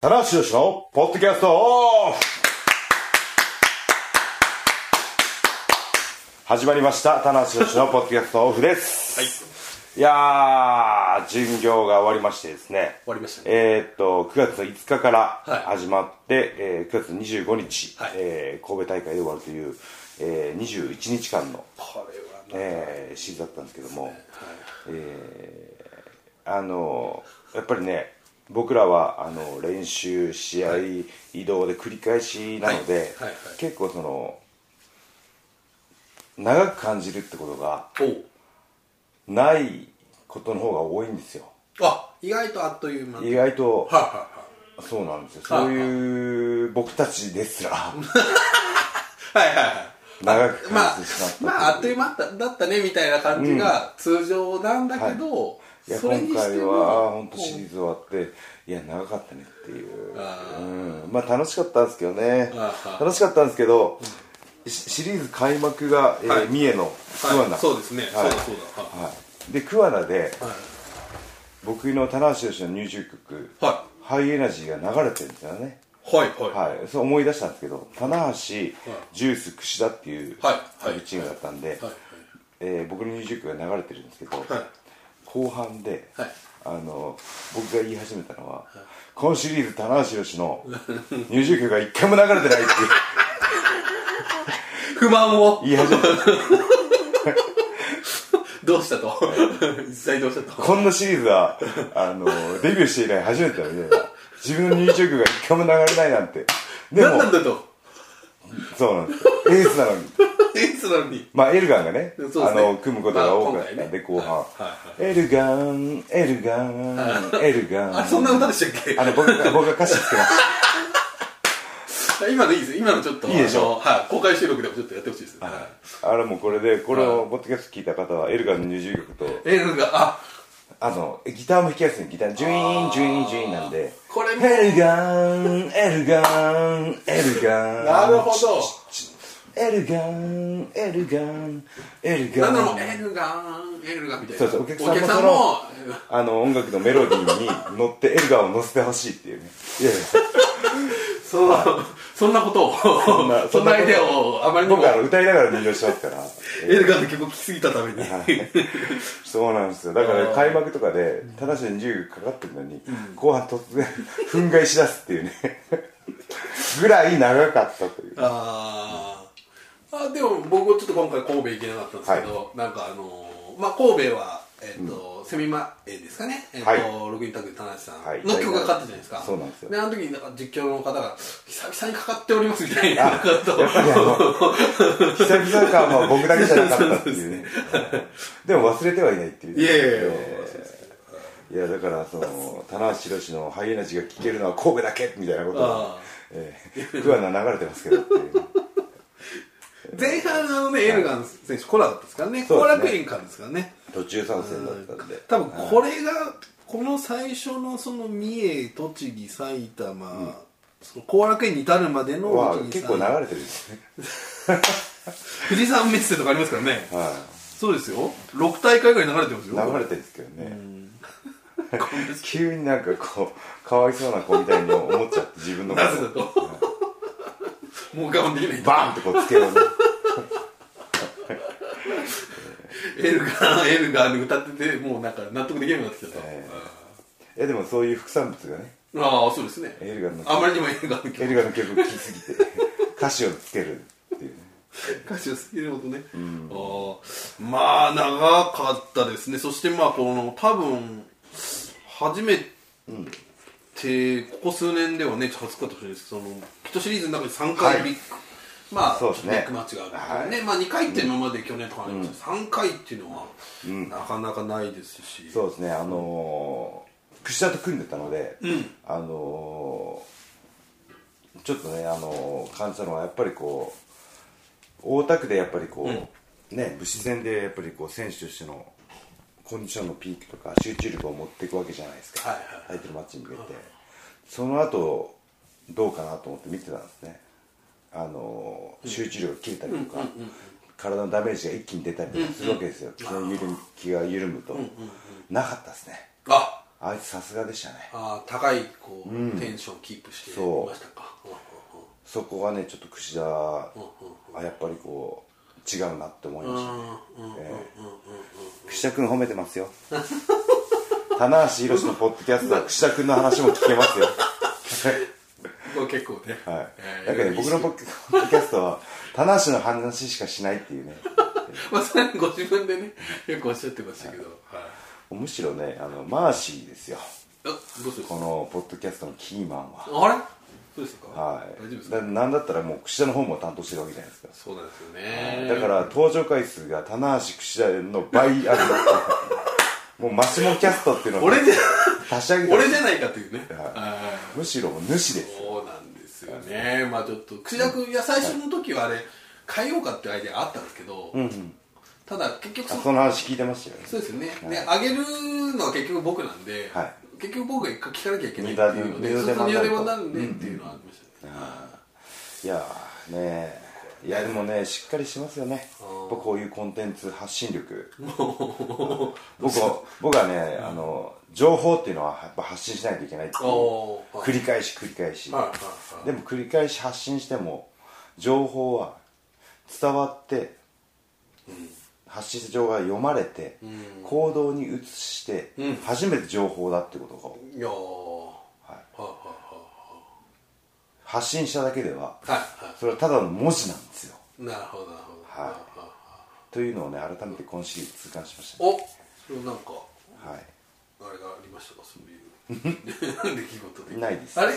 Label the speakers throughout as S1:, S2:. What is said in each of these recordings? S1: 田中宏のポッドキャストオフ始まりました田中宏のポッドキャストオフです、
S2: はい、
S1: いやー巡業が終わりましてですね
S2: 終わりましたね。
S1: えーっと9月5日から
S2: はい
S1: 始まって、えー9月25日、
S2: はい
S1: えー神戸大会で終わるという、えー21日間の、
S2: これはね、
S1: えーシリーズだったんですけども、えーあのやっぱりね僕らはあの練習試合、移動で繰り返しなので、
S2: はいはいはい
S1: 結構その長く感じるってことが
S2: おう
S1: ないことの方が多いんですよ
S2: あ、意外とあっという間。はい
S1: 意外と
S2: はい
S1: そうなんですよ
S2: はあ
S1: そういう僕たちですら
S2: はい。はいはいはい。
S1: 長く
S2: ま
S1: 感
S2: あ
S1: じてしまった、
S2: まあ、あっという間だだったねみたいな感じが通常なんだけど、
S1: いや
S2: そ
S1: 今
S2: れにして
S1: 回
S2: も
S1: は本当
S2: こう
S1: シリーズ終わっていや長かったねっていう、
S2: あ
S1: うん、まあ楽しかったんですけどね
S2: ああ
S1: 楽しかったんですけど、シシリーズ開幕が、えー
S2: はい
S1: 三重の桑名、
S2: はい、そうですね、
S1: はい
S2: そうだそうだ、は
S1: はいで桑名で
S2: い
S1: 僕の棚橋宏の入場曲、
S2: は
S1: ハイエナジーが流れてるんですよね
S2: い、はいはいはい
S1: はい、そう思い出したんですけど棚橋、ジュース櫛田っていう、
S2: はいはい
S1: チームだったんで、
S2: はい
S1: えー僕の入場曲が流れてるんですけど、
S2: はい
S1: 後半で、
S2: はい
S1: あの僕が言い始めたのは、このシリーズ棚橋宏の入場曲が一回も流れてないって いう
S2: 不満を
S1: 言い始めた
S2: どうしたと 実際どうしたと
S1: こんなシリーズはあのデビューして以来初めてだみたいな自分の入場曲が一回も流れないなんてで
S2: 何
S1: も
S2: なんだと
S1: そうなんですよエースなのに
S2: いつなのに
S1: まあエルガンがね
S2: そうですね
S1: あの組むことが多かったんで
S2: まあ今回ね
S1: 後半
S2: はい
S1: エルガンエルガ ンエルガン
S2: あれそんな歌でしたっけ
S1: あの僕が僕が歌詞つけました
S2: 今のいいです今のちょっと
S1: いいでしょ
S2: あのはい、公開収録でもちょっとやってほしいです、はい
S1: あれもうこれでこれをポッドキャスト聞いた方はエルガンの入場曲と
S2: エルがあ
S1: あのギターも弾きやすいギタージュイーンジュイーンジュイーンなんで
S2: これも
S1: エルガンエルガンエルガン
S2: なるほど
S1: エルガンエルガンエルガ
S2: な
S1: ン
S2: んだろうエルガンエルガンみたいな
S1: そうそうお客さんも
S2: おも
S1: あの音楽のメロディーに乗ってエルガンを乗せてほしいっていうねいやいや
S2: そのそんなことをそ
S1: んな
S2: そんなアイデアをあまりにも
S1: 僕あの歌いながら入場してますから
S2: エルガンの曲を聴きすぎたために、
S1: そうなんですよだから開幕とかで正しい20かかってるのに、後半突然 憤慨しだすっていうねぐらい長かったという
S2: あーあでも僕はちょっと今回神戸行けなかったんですけど、なんかあのーまあ神戸はえっ、と、セミマ絵ですかね、えっと
S1: はい
S2: ログインタグで田中さん
S1: はい
S2: の曲がかかったじゃないですか、
S1: そうなんですよ
S2: であの時になんか実況の方が「久々にかかっております」みたいななんかあと
S1: やっぱりあの久々感は僕だけじゃなかったっていうねでも忘れてはいないっていう
S2: いやいやいや
S1: いやだからその棚橋宏のハイエナジーが聴けるのは神戸だけみたいなこと
S2: あ
S1: が
S2: ー、
S1: えー、桑名流れてますけどっていう
S2: 前半のね、エルガン選手、コラだったですからね、
S1: そう
S2: 後
S1: ですね
S2: 楽園からですからね、
S1: 途中参戦だったんで
S2: 多分これが、この最初のその三重、栃木、埼玉、その後楽園に至るまでの
S1: は
S2: 栃木
S1: 結構
S2: 埼玉
S1: 流れてるんですね
S2: 富士山メッセとかありますからね、
S1: はい
S2: そうですよ、6大会ぐらい流れてますよ、
S1: 流れてるんですけどね急になんかこうかわいそうな子みたいに思っちゃって自分のこ
S2: なぜだともう我慢できない、
S1: バーンってこうつけようね
S2: エルガン、エルガンで歌ってて、もうなんか納得できなくなってきちゃった、
S1: えいやでもそういう副産物がね
S2: ああ、そうですね、
S1: エルガンの
S2: あまりにもエルガンの曲
S1: エルガの曲を聴きすぎて歌詞をつけるっていうね
S2: 歌詞をすぎるほどね、あーまあ長かったですねそしてまあこの多分初めて、ここ数年ではね初かったかもしれないですけどそのヒットシリーズの中で3回
S1: はい
S2: ビッグ、まあ
S1: そうですね
S2: ビッグマッチがあるんですよね、まあ2回って今まで去年とかありました、3回っていうのは、なかなかないですし
S1: そうですねあのー、櫛田と組んでたので、あのー、ちょっとね、あのー、感じたのはやっぱりこう大田区でやっぱりこう、ね武士戦でやっぱりこう選手としてのコンディションのピークとか集中力を持っていくわけじゃないですか、
S2: はいはいはい
S1: タイトルマッチに向けて、その後どうかなと思って見てたんですねあのー集中力が切れたりとか、体のダメージが一気に出たりとかするわけですよ、気が緩む気が緩むと、なかったですね
S2: あ
S1: あいつさすがでしたね
S2: あー高いこう、テンションキープしてい
S1: そう
S2: ましたかうんうん
S1: そこがねちょっと櫛田はやっぱりこう違うなって思いましたね櫛田君褒めてますよ棚橋宏のポッドキャス トは櫛田君の話も聞けますよ
S2: これ結構ね、
S1: はい
S2: えー
S1: だけど僕のポッドキャストは棚橋の話しかしないっていうね
S2: まあそれはご自分でねよくおっしゃってましたけど、はい
S1: むしろねあのマーシーですよ
S2: あどうする
S1: このポッドキャストのキーマンは
S2: あれそうですか、
S1: はい
S2: 大丈夫です
S1: だ
S2: か
S1: なんだったらもう櫛田の方も担当してるわけじゃないですか
S2: そうなんですよね
S1: だから登場回数が棚橋櫛田の倍あるんですよもうマシモキャストっていうのを
S2: 俺じゃ
S1: 足し上げて
S2: 俺じゃないかというね、
S1: い
S2: はい
S1: むしろ主です
S2: そうなんですよねまあちょっと串田君いや最初の時はあれ変えようかっていうアイデアあったんですけど、ただ結局
S1: あ
S2: その
S1: その話聞いてましたよね
S2: そうですよね、であげるのは結局僕なんで、
S1: はい
S2: 結局僕が一回聞かなきゃいけないっていうので
S1: 二度手間
S2: そう
S1: 二度
S2: 二度
S1: 手
S2: 手
S1: 間に
S2: 間に
S1: な
S2: な
S1: ると
S2: るんでっていうのはありましたね、
S1: いやーねえいやでもねしっかりしてますよねやっぱこういうコンテンツ発信 力僕は僕はねあの情報っていうのはやっぱ発信しないといけないっていう
S2: おーはい
S1: 繰り返し繰り返し
S2: はいはいはい
S1: でも繰り返し発信しても情報は伝わって発信した情報が読まれて行動に移して初めて情報だってことを
S2: いやーはいはい
S1: 発信しただけでは
S2: はいはいは
S1: それはただの文字なんですよ
S2: いなるほどなるほど
S1: はいというのをね改めて今シリーズ痛感しましたね
S2: おそれなんか
S1: はい
S2: あれがありましたかそういう 出来事で
S1: ないです
S2: あれ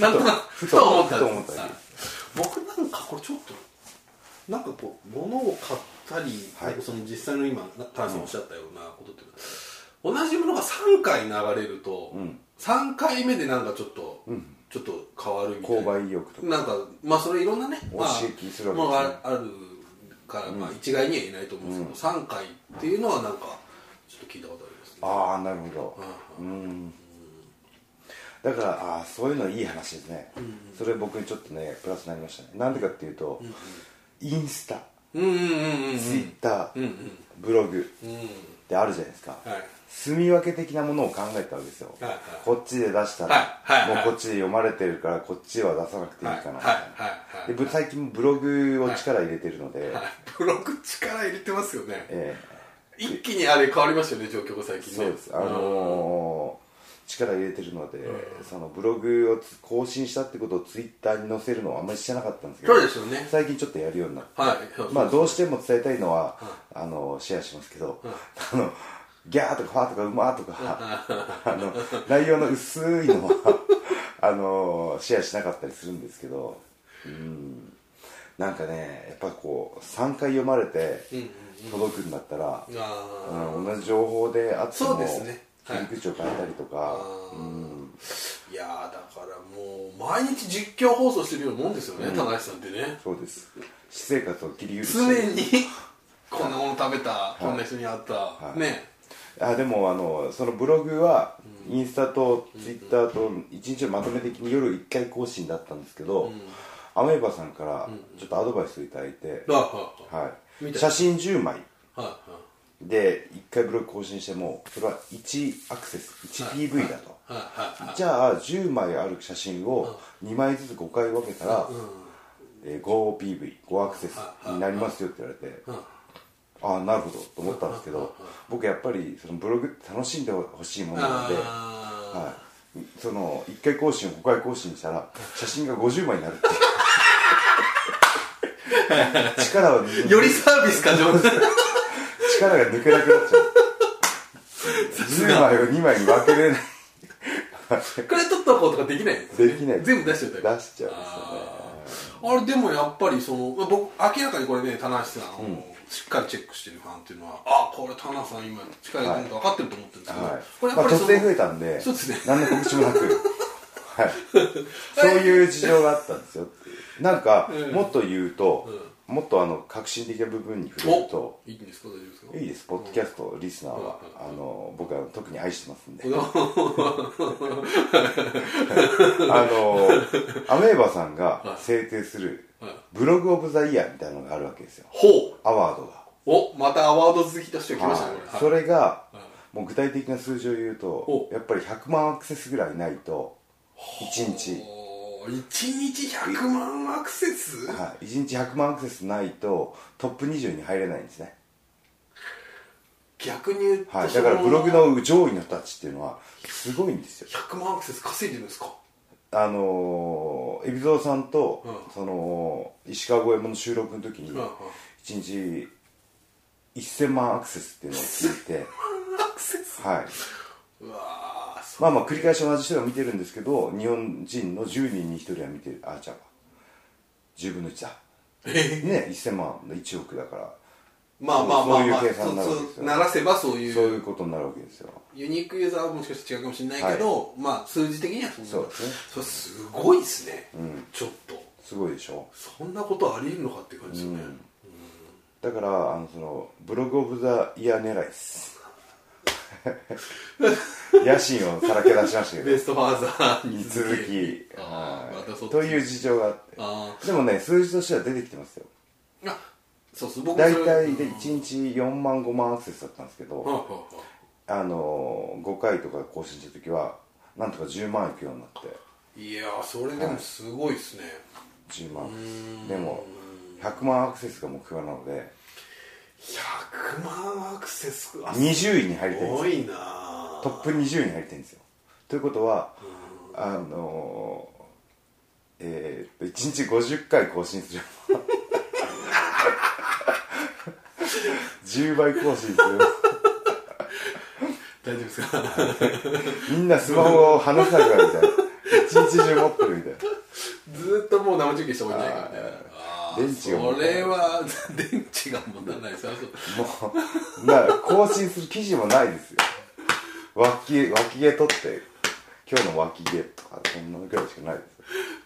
S2: なんとなく
S1: ふ
S2: ふ
S1: と
S2: と思った
S1: ふと思った
S2: はい僕なんかこれちょっとなんかこう物を買ったり、
S1: はい
S2: その実際の今田中さんおっしゃったようなことっていうのは同じものが3回流れると、3回目でなんかちょっと、ちょっと変わるみたいな
S1: 購買意欲とか
S2: なんかまあそれいろんなねまあ
S1: 教え聞きするわけ
S2: も
S1: ですね
S2: のがああるから、まあ一概には言えないと思うんですけど、3回っていうのはなんかちょっと聞いたことありますね
S1: ああなるほどうんだからああそういうのいい話ですねそれ僕にちょっとねプラスになりましたねなんでかっていうとインスタ
S2: うんうんうんうん
S1: ツイッターブログってあるじゃないですか
S2: はい
S1: 住み分け的なものを考えたわけですよ
S2: はいはい
S1: こっちで出した
S2: はい
S1: ら
S2: はい
S1: も
S2: はいう
S1: こっちで読まれてるからこっちは出さなくていいかな
S2: はいはいはい
S1: でぶ最近ブログを力入れてるので
S2: はいブログ力入れてますよね
S1: ええ
S2: 一気にあれ変わりましたよね状況が最近ね
S1: そうですあのー、力入れてるので、そのブログをつ更新したってことをツイッターに載せるのはあんまりしてなかったんですけど
S2: そうですよね
S1: 最近ちょっとやるようになって、
S2: はいそうそう
S1: まあどうしても伝えたいのは、あのシェアしますけど、あのギャーとかファーとかうまーとか、あの内容の薄いのはあのシェアしなかったりするんですけどうんなんかねやっぱこう3回読まれて届くんだったら、
S2: あ
S1: うん、同じ情報であって
S2: そ
S1: も
S2: うですね
S1: 切り口を変えたりとか、
S2: ーいやーだからもう毎日実況放送してるようなもんですよね、田中さんってね
S1: そうです私生活を切り売り
S2: 常
S1: して
S2: にこんなもの食べた、こんな人に会った、ね
S1: あでもあのそのブログはインスタとツイッターと一日をまとめ的に夜1回更新だったんですけど、アメーバさんからちょっとアドバイスをいただいて、
S2: はいはい
S1: は
S2: 見
S1: い、
S2: た
S1: 写真10枚
S2: はいは
S1: で1回ブログ更新してもそれは1アクセス 1PV だと、
S2: いはいはい
S1: じゃあ10枚ある写真を2枚ずつ5回分けたら、えー 5PV5 アクセスになりますよって言われて、ああなるほどと思ったんですけど僕やっぱりそのブログって楽しんでほしいものなので、は
S2: あ
S1: い、その1回更新5回更新したら写真が50枚になるっていう 力を
S2: ーよりサービス過剰
S1: 力が抜けなくなっちゃう10枚を2枚に分けれない
S2: これ撮っとこうとかできないんですよね
S1: できない
S2: 全部出しちゃった
S1: 出しちゃうんですよね
S2: あれでもやっぱりそのまあ僕明らかにこれね棚橋さんをしっかりチェックしてるファンっていうのは、あこれ棚橋さん今力入れてると分かってると思ってるんですけど、
S1: はい、
S2: これや
S1: ま
S2: っぱ
S1: あ、
S2: り
S1: 突
S2: その、
S1: 然増えたんで
S2: そうですね
S1: 何の告知も なくはいそういう事情があったんですよっていうなんか、もっと言うと、もっとあの革新的な部分に触れると
S2: おいいんですか大丈夫ですか
S1: いいですポッドキャストリスナーは、あの僕は特に愛してますんで、 あのアメーバさんが制定するブログ・オブ・ザ・イヤーみたいなのがあるわけですよ
S2: ほう
S1: アワードが、
S2: おまたアワード好きとしてきましたね、
S1: はい
S2: これ
S1: そ
S2: はい
S1: れがもう具体的な数字を言うと
S2: お
S1: やっぱり100万アクセスぐらいないと1日
S2: おー一日100万アクセス
S1: はい、1日100万アクセスないとトップ20に入れないんですね、
S2: 逆に言うと、
S1: はい、だから
S2: そ
S1: ブログの上位の人たちっていうのはすごいんですよ
S2: 100万アクセス稼いでるんですか
S1: あのー海老蔵さんと、
S2: うん
S1: その石川五右衛門の収録の時に
S2: うんうん
S1: 1日1000万アクセスっていうのを聞いて、
S2: アクセス
S1: はいう
S2: わーそ
S1: まあまあ繰り返し同じ人が見てるんですけど日本人の10人に1人は見てるあじゃあ10分の1だ
S2: え
S1: ね1000万1億だから
S2: まあまあまあまあ
S1: そういう計算になるわけですよ
S2: そうならせばそういう
S1: そういうことになるわけですよ
S2: ユニークユーザーはもしかしたら違うかもしれないけど、まあ数字的にはそんな
S1: そうですね
S2: それすごいですね、ちょっと
S1: すごいでしょ
S2: そんなことありえるのかっていう感じですよね、
S1: だからあのそのブログオブザイヤー狙いです 野心をさらけ出しましたけ
S2: ベ
S1: ど
S2: ストファーザーに
S1: に続き
S2: あー
S1: はい
S2: またそっち
S1: という事情があっ
S2: あ
S1: てでもね数字としては出てきてますよ
S2: ーあそうそう僕
S1: 大体で
S2: うん
S1: 1日4万5万アクセスだったんですけ
S2: は
S1: ど
S2: いはいはい
S1: あの5回とか更新した時はなんとか10万いくようになって
S2: いやーそれでもすごいですね、
S1: 10万でも100万アクセスが目標なので
S2: 100万アクセスあ
S1: 20位に入りたいんですよ
S2: すごいなー
S1: トップ20に入ってるんですよということはあのーえー、1日50回更新する10倍更新する
S2: 大丈夫ですか
S1: みんなスマホを離さないからみたいな1日中持ってるみたいな
S2: ずーっともう生中継した方がいいないからねあー
S1: 電池が持た
S2: そ
S1: ない
S2: れは 電池が持たないですあそう
S1: もうな更新する記事もないですよ脇脇毛取って今日の脇毛とかそんなぐらいしかないで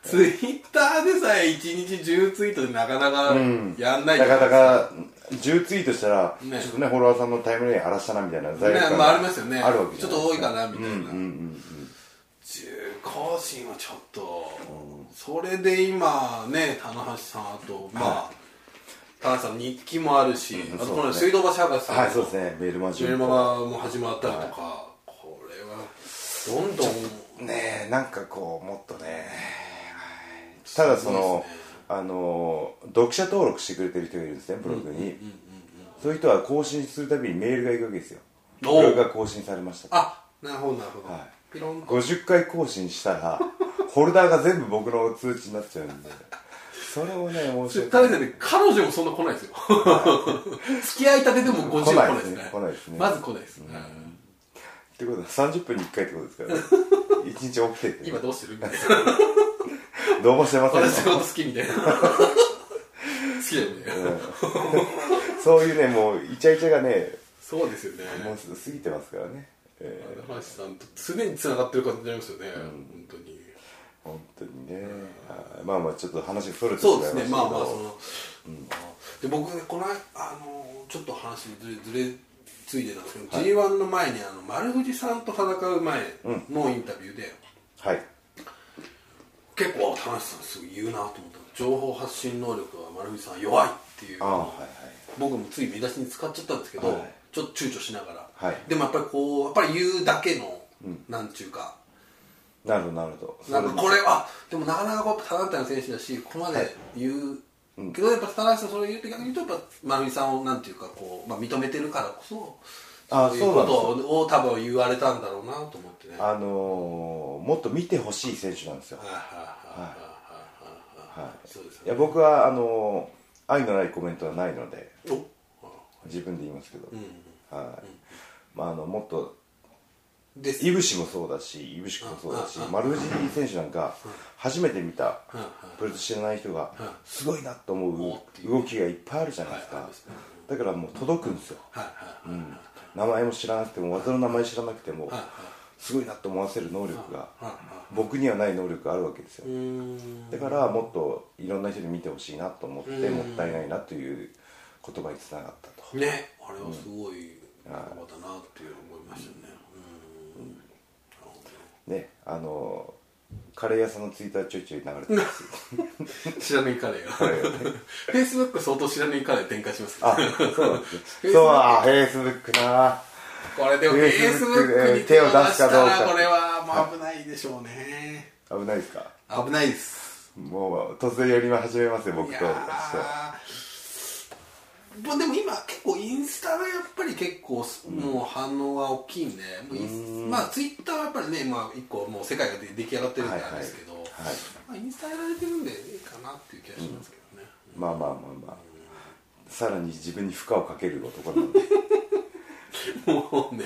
S1: すよ
S2: ツイッターでさえ1日10ツイートでなかなかやんないじ
S1: な
S2: ゃ
S1: か
S2: ないで
S1: な
S2: すか、
S1: か10ツイートしたら、
S2: ね
S1: ちょっとねフォロワーさんのタイムライン荒らしたなみたいな罪悪感
S2: ねまあありますよね
S1: あるわけ
S2: ち
S1: じ
S2: ょ
S1: ゃ
S2: っ
S1: ない
S2: と多いかなみたいな、
S1: うんうん
S2: 重更新はちょっと、それで今ね棚橋さんあとまあ、棚橋さんの日記もあるし、
S1: うん
S2: あと
S1: そう
S2: この
S1: です
S2: 水
S1: ね
S2: 道橋博士さんの、
S1: はいそうですねメールマジ
S2: メルマガも始まったりとか、これはどんどん
S1: ねえなんかこうもっとねただその、あの読者登録してくれてる人がいるんですねブログに、そういう人は更新するたびにメールが行くわけですよブ
S2: おう
S1: ログが更新されましたって
S2: あなるほどなるほど、
S1: は
S2: ピロンと
S1: 50回更新したらフォルダーが全部僕の通知になっちゃうんでそれをね申し
S2: 田
S1: 訳
S2: 辺さんね彼女もそんな来ないですよ 付き合いたてでも50来
S1: 来
S2: な
S1: ないい
S2: で
S1: ですす
S2: ね
S1: ね来ないですね
S2: まず来ないです、うん
S1: ってことは30分に1回ってことですからね一日起きてて
S2: 今どうしてるみたいな
S1: どうもしてませんよ
S2: 私のこと好きみ たいな好きだよね、
S1: そういうねもうイチャイチャがね
S2: そうですよね
S1: もう過ぎてますからね、え
S2: 田橋さんと常につながってる感じになりますよね、本当に
S1: ー本当にね、はいまあまあちょっと話がそれてし
S2: そう
S1: ま
S2: で
S1: い
S2: す
S1: ました
S2: ね
S1: けど
S2: まあまあその、で僕ねこの間あのちょっと話ずれずれついでなんですけど、G1 の前にあの丸藤さんと戦う前のインタビューで、
S1: はい
S2: 結構田中さんすごい言うなと思った情報発信能力は丸藤さんは弱いっていう
S1: ああはいはい
S2: 僕もつい見出しに使っちゃったんですけど、
S1: はい
S2: ちょっと躊躇しながら、
S1: はい
S2: でもやっぱりこうやっぱり言うだけの、なんちゅうか
S1: なるほどなるほど
S2: なんかこ
S1: れ
S2: れはでもなかなかこうタナンタの選手だしここまで言う、けどやっぱタナンさんそれ言うと逆に言うとやっぱ丸井さんをなんていうかこう、まあ、認めてるからこそ
S1: あ
S2: そういう
S1: そうな
S2: こ
S1: んですよ
S2: とを多分言われたんだろうなと思ってねはい
S1: あのーもっと見てほしい選手なんですよ
S2: はいはいはいはいはいそうです
S1: いや僕はあのー愛のないコメントはないので
S2: お
S1: 自分で言いますけど、
S2: うん
S1: はい、まああのもっと
S2: です
S1: いぶしもそうだし、いぶし君もそうだし、丸藤選手なんか、初めて見た、プロレス知らない人が、すごいなと思う動きがいっぱいあるじゃないです
S2: はいあ
S1: か
S2: りますね、
S1: だからもう届くんですよ、
S2: はいはいはいはい
S1: 名前も知らなくても、技の名前知らなくても、すごいなと思わせる能力が、僕にはない能力があるわけですよ
S2: う、ーん
S1: だからもっといろんな人に見てほしいなと思って、もったいないなという言葉につながったと。
S2: ねあれはすごい言葉だなっていう思いましたねうんなるほ
S1: ね、あのカレー屋さんのツイッターちょいちょい流れてます よ
S2: ど知らないカレーがフェイスブック相当知らないカレー展開しますけど
S1: あ、そうなんですね。そう、あ、フェイスブックな
S2: これでもフェイスブックに手を出したらこれはもう危ないでしょうね
S1: 危ないですか
S2: 危ないです
S1: もう突然やり始めますよ僕としては
S2: もうでも今結構インスタがやっぱり結構もう反応が大きいんで、もうインスまあツイッターはやっぱりねまあ一個もう世界が出来上がってるんであれですけど、
S1: はい
S2: まあ、インスタやられてるんでいいかなっていう気がしますけどね、
S1: まあまあまあまあさらに自分に負荷をかける男なん で
S2: もうね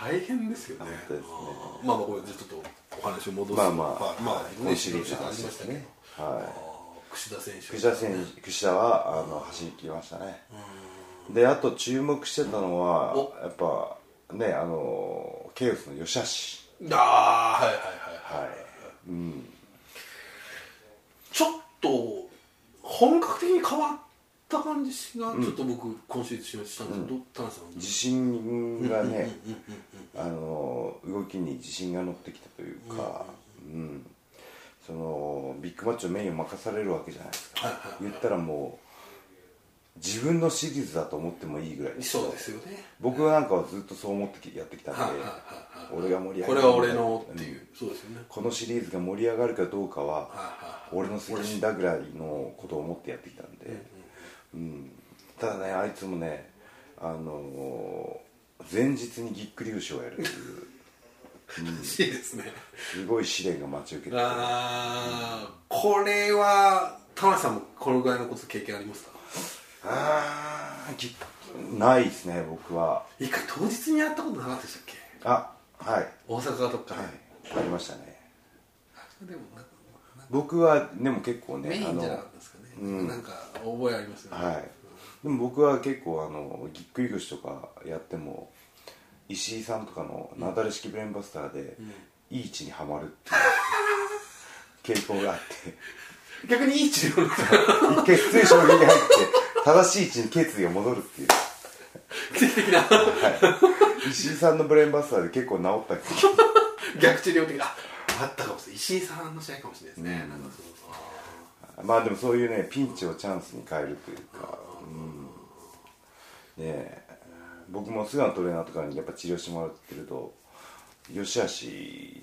S2: 大変ですよね
S1: 本当ですね
S2: あーまあまあこれちょっとお話を戻す
S1: まあまあ
S2: まあ、
S1: はい
S2: ね
S1: 面
S2: 指
S1: 白い
S2: 導者とありましたけど、
S1: 話ですねはい
S2: あー櫛田選手
S1: 櫛田選手櫛田はあの走り切りましたねであと注目してたのは
S2: お
S1: やっぱねあのケイオスの吉橋
S2: ああはいはいはいはい、
S1: はい
S2: ちょっと本格的に変わった感じがちょっと僕、今週しましたんですけど、田中さん
S1: 自信がねあの動きに自信が乗ってきたというか、うん、そのビッグマッチのメインを任されるわけじゃないですか
S2: はいはい
S1: 言ったらもう自分のシリーズだと思ってもいいぐらい
S2: そうですよね
S1: 僕なんかはずっとそう思ってきやってきたんで
S2: はいはいはいはい
S1: 俺が盛り上がる
S2: これは俺のっていう、そうですよね
S1: このシリーズが盛り上がるかどうか
S2: はい
S1: は
S2: はい
S1: 俺の責任だぐらいのことを思ってやってきたんで、うん、ただねあいつもねあのー前日にぎっくり腰をやるっていう
S2: 嬉しいですね
S1: すごい試練が待ち受けてた
S2: あーこれは田中さんもこのぐらいのこと経験ありますか
S1: あーぎっないですね僕は
S2: 一回当日にやったことなかったでしたっけ
S1: あはい
S2: 大阪とか、
S1: はいありましたね
S2: でもなんかなんか
S1: 僕はでも結構ね
S2: メインじゃ
S1: あ
S2: な
S1: の
S2: かったですかね、なんか覚えありますよね、
S1: はい、でも僕は結構あのぎっくり腰とかやっても石井さんとかのナダル式ブレーンバスターで、いい位置にはまるっていう傾向があって
S2: 逆にいい治療だった
S1: 一回失意衝撃に入って正しい位置に決意が戻るっていう、
S2: 奇跡的な
S1: はい、石井さんのブレーンバスターで結構治った気が
S2: 逆治療的なああったかもしれない石井さんの試合かもしれないですね、なんかそうそうあ
S1: まあでもそういうねピンチをチャンスに変えるというか、うん、ねえ僕も菅野トレーナーとかにやっぱ治療してもらってると吉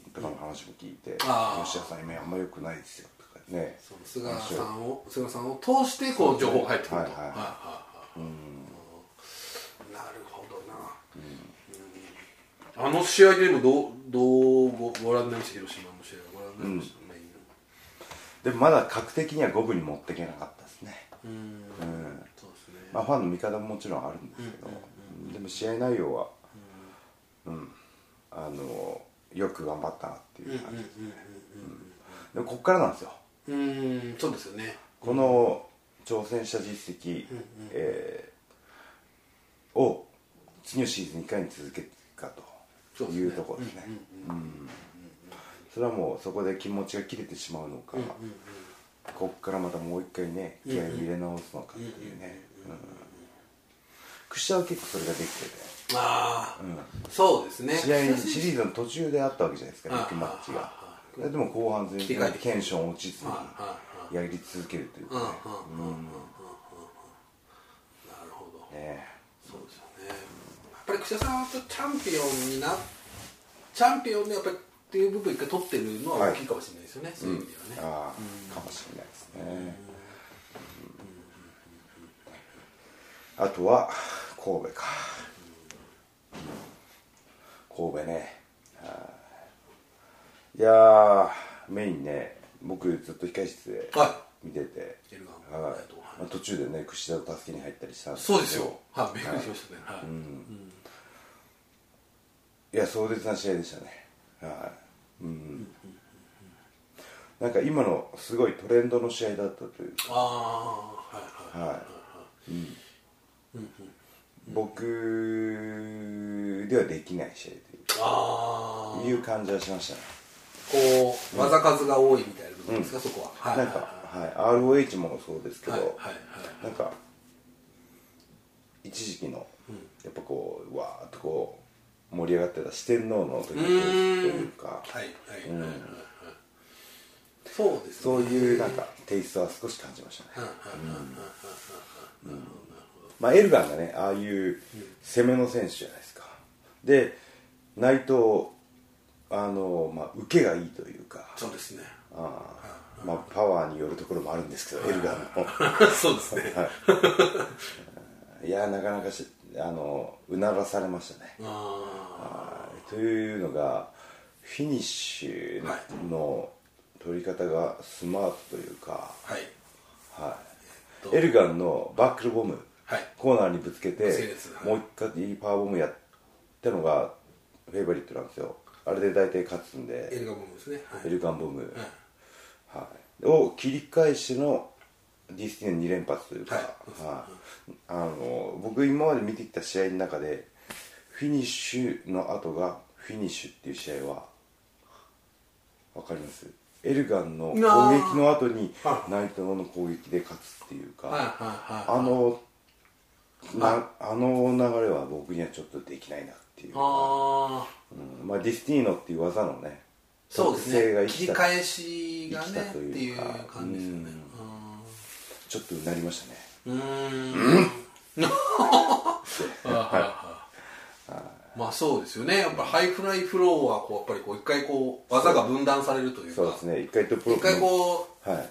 S1: 橋とかの話も聞いて「
S2: あー
S1: 吉橋さん今あんま良くないですよ」とかね
S2: ーその菅さんを菅さんを通してこう情報が入ってくると
S1: はいはい
S2: はいはいうんなるほどな、うんあの試合でもどうどうごご覧になりました広島の試合はご覧になりました、メインの
S1: でもまだ確定的には五分に持っていけなかったですね、
S2: うん、そうですね、
S1: まあ、ファンの見方ももちろんあるんですけど、でも試合内容はうん、あのよく頑張ったなっていう感じですねうんでもこっからなんですよ
S2: うんそうですよね
S1: この挑戦した実績、えーを次のシーズンいかに続けるかというところですねうんそれはもうそこで気持ちが切れてしまうのか、こっからまたもう一回ね気合を入れ直すのかっていうねうん櫛田は結構それができて
S2: ああ、そうですね
S1: て試合シリーズの途中であったわけじゃないですかビッグマッチがでも後半全
S2: 切り替え
S1: 然
S2: てきて
S1: テンション落ちずに
S2: はいはい
S1: やり続けるという
S2: うんうんうん
S1: か
S2: うんうんうんなるほど
S1: ねね
S2: そうですよねやっぱり櫛田さんはチャンピオンになチャンピオンでやっぱりっていう部分を一回取ってるのは大きいかもしれないですよね、そういう意味ではね
S1: ああかもしれないですねあとは神戸か神戸ねはいいやーメインね僕ずっと控室で
S2: は
S1: 見てて
S2: いエルガン
S1: は
S2: はい
S1: いまあ途中でね櫛田の助けに入ったりしたんですけど
S2: そうですよはいびっくりしましたねはい、
S1: いや壮絶な試合でしたねはいうんなんか今のすごいトレンドの試合だったという
S2: ああはいはい
S1: はい、僕ではできない試合
S2: あ
S1: といういう感じはしましたね、
S2: あこう技数が多いみたいな部分ですか、そこはは
S1: な
S2: いは
S1: ん
S2: い
S1: か、はい、ROH もそうですけど、
S2: はいはいはい
S1: なんか一時期の、やっぱこうわーっとこう盛り上がってた四天王の時のというか
S2: はいはいはいはいはいそうですね
S1: そういうなんかテイストは少し感じましたね、
S2: うんうんうんうん
S1: まあ、エルガンがねああいう攻めの選手じゃないですか、で内藤あの、まあ、受けがいいというか
S2: そうですね
S1: あー、まあ、パワーによるところもあるんですけどエルガーの
S2: そうですね
S1: いやーなかなかしあのうならされましたね
S2: あ
S1: というのがフィニッシュの取り方がスマートというか、
S2: あはい
S1: はい、エルガンのバックルボム、
S2: はい
S1: コーナーにぶつけて
S2: ぶつけるやつはい
S1: もう一回いいパワーボムやったのがフェイバリットなんですよあれで大体勝つん
S2: エ
S1: で
S2: ルガボムですねはい
S1: エルガンボム、はい、を切り返しのディスティネ2連発というか、
S2: はい
S1: はいあの僕今まで見てきた試合の中でフィニッシュの後がフィニッシュっていう試合はわかりますエルガンの攻撃の後に
S2: あ
S1: ナイトの攻撃で勝つっていうか、
S2: はいはいはい
S1: あのなあの流れは僕にはちょっとできないなっていう、
S2: ああ
S1: うんまあ、ディスティーノっていう技のね
S2: そうです
S1: 特性が
S2: ね
S1: 生
S2: 切
S1: き
S2: り
S1: た
S2: 返しが
S1: 生
S2: ね
S1: きた
S2: って
S1: とい
S2: いうう
S1: か
S2: 感じですよね
S1: ちょっとうなりましたね
S2: うーん はいはいはいまあそうですよねやっぱハイフライフローはこうやっぱりこう一回こう技が分断されるというか
S1: そうですね一回トップロ
S2: 一
S1: ープ
S2: 回こ
S1: はい、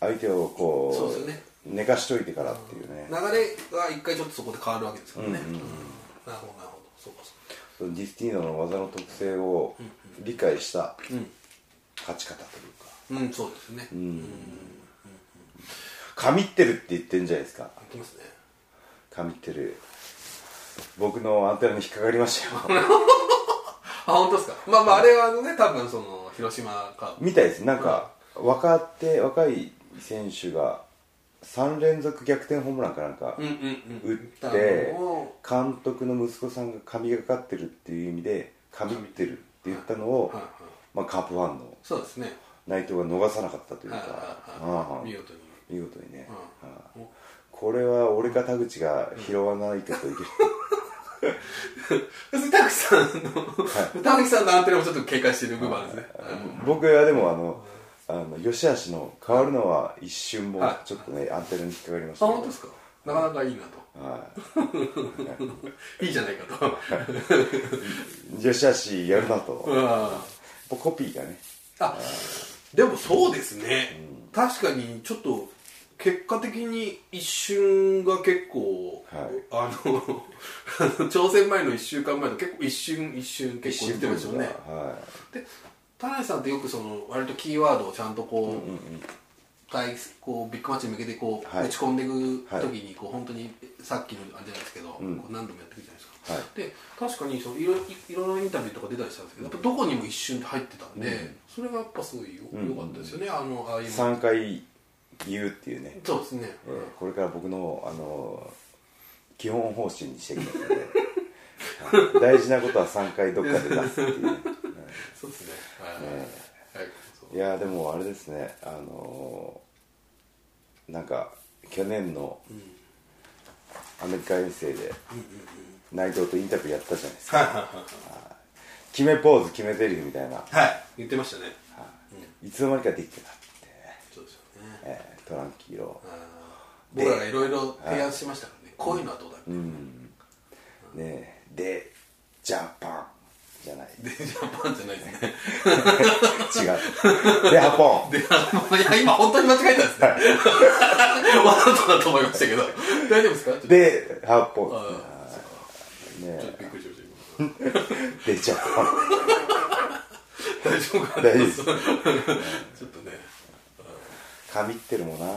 S1: 相手をこう
S2: そうですよね
S1: 寝かしといてからっていう
S2: う
S1: ね
S2: 流れが一回ちょっとそこで変わるわけですからね、うんなるほどなるほどそうかそうか
S1: そのディスティーノの技の特性を理解した勝ち方というか
S2: うんそうですねうんい
S1: 神ってるって言ってんじゃないですか
S2: きますね
S1: 神ってる僕のアンテナに引っかかりました よ
S2: あ本当ですかまあまああれはね多分その広島か
S1: みたいですなんか若手若い選手が3連続逆転ホームランかなんか
S2: うんうんうん
S1: 打っ
S2: 多
S1: て
S2: 分も
S1: 監督の息子さんが神がかってるっていう意味で神ってるって言ったのを
S2: うはいはい
S1: まあカープファンの
S2: そうですね
S1: 内藤が逃さなかったという
S2: はいは
S1: か、
S2: いは
S1: うん
S2: い見事に
S1: 見事にね、
S2: うん
S1: はいこれは俺か田口が拾わないけどいけない、
S2: タクさんの、タクさんのアンテナもちょっと警戒してる部分あるんですね。
S1: 僕はでもあのあの吉橋の変わるのは一瞬も
S2: はい
S1: ちょっとね、アンテナに引っかかりましたけど
S2: あ、本当ですかなかなかいいな
S1: はい
S2: と。 いいじゃないかと。
S1: 吉橋やるなと、
S2: うん
S1: コピーがね
S2: あ、でもそうですね。確かに、ちょっと、結果的に一瞬が結構、あの、 挑戦前の1週間前の結構一瞬一瞬結構出てましたよね。
S1: は
S2: で田辺さんってよくその割とキーワードをちゃんとこう,、対こうビッグマッチに向けてこう、
S1: はい
S2: 打ち込んでいく
S1: はい
S2: 時にこう、本当にさっきのあれじゃないですけど、こう何度もやっていくじゃないですか、
S1: はい
S2: で確かにそのいろいいろんなインタビューとか出たりしたんですけどやっぱどこにも一瞬で入ってたんで、それがやっぱすごいよ良かったですよね、あのああい
S1: いう3回言うっていうね、
S2: そうですね、
S1: えーこれから僕のあの基本方針にしていきますのではい大事なことは3回どっかで出すっていうね、
S2: そうですねはい、はいそう
S1: いやーでもあれですねあのーなんか去年のアメリカ遠征で内藤とインタビューやったじゃないですか決めポーズ決め台詞みたいな
S2: はい言ってましたね
S1: いつの間にかできてたってね、
S2: そうですよね
S1: えートランキーロ
S2: 僕らがいろいろ提案しましたからね、こういうのはどうだって、
S1: ねえでジャパンじゃない
S2: でジャパンじゃないですね
S1: 違うでハポン
S2: であのいや今本当に間違えたんですねわざとだと思いましたけど大丈夫ですかちょっと
S1: でハポン
S2: あ
S1: ね
S2: ーちょっとびっくりしました今
S1: でジャパン
S2: 大丈夫かな
S1: 大丈夫 です
S2: ちょっとね
S1: 神ってるもんなあ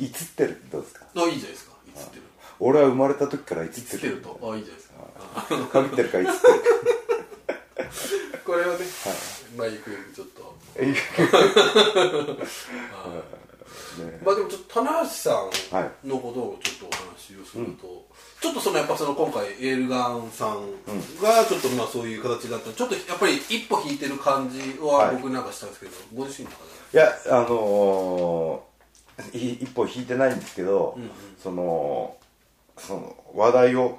S1: ーいつってるってどうですか
S2: あいいじゃないですかいつってる
S1: 俺は生まれた時からいつ
S2: いつ
S1: つ
S2: って
S1: る
S2: るとあいいじゃないですか
S1: かぶってるからいつってる
S2: これはね、まあゆくゆくちょっとまあでもちょっと棚橋さんのことをちょっとお話をすると、ちょっとそのやっぱその今回エールガンさんがちょっとまあそういう形だったちょっとやっぱり一歩引いてる感じは
S1: はい
S2: 僕なんかしたんですけど、ご自身の中
S1: い
S2: で
S1: やあのーい一歩引いてないんですけど、そのその話題を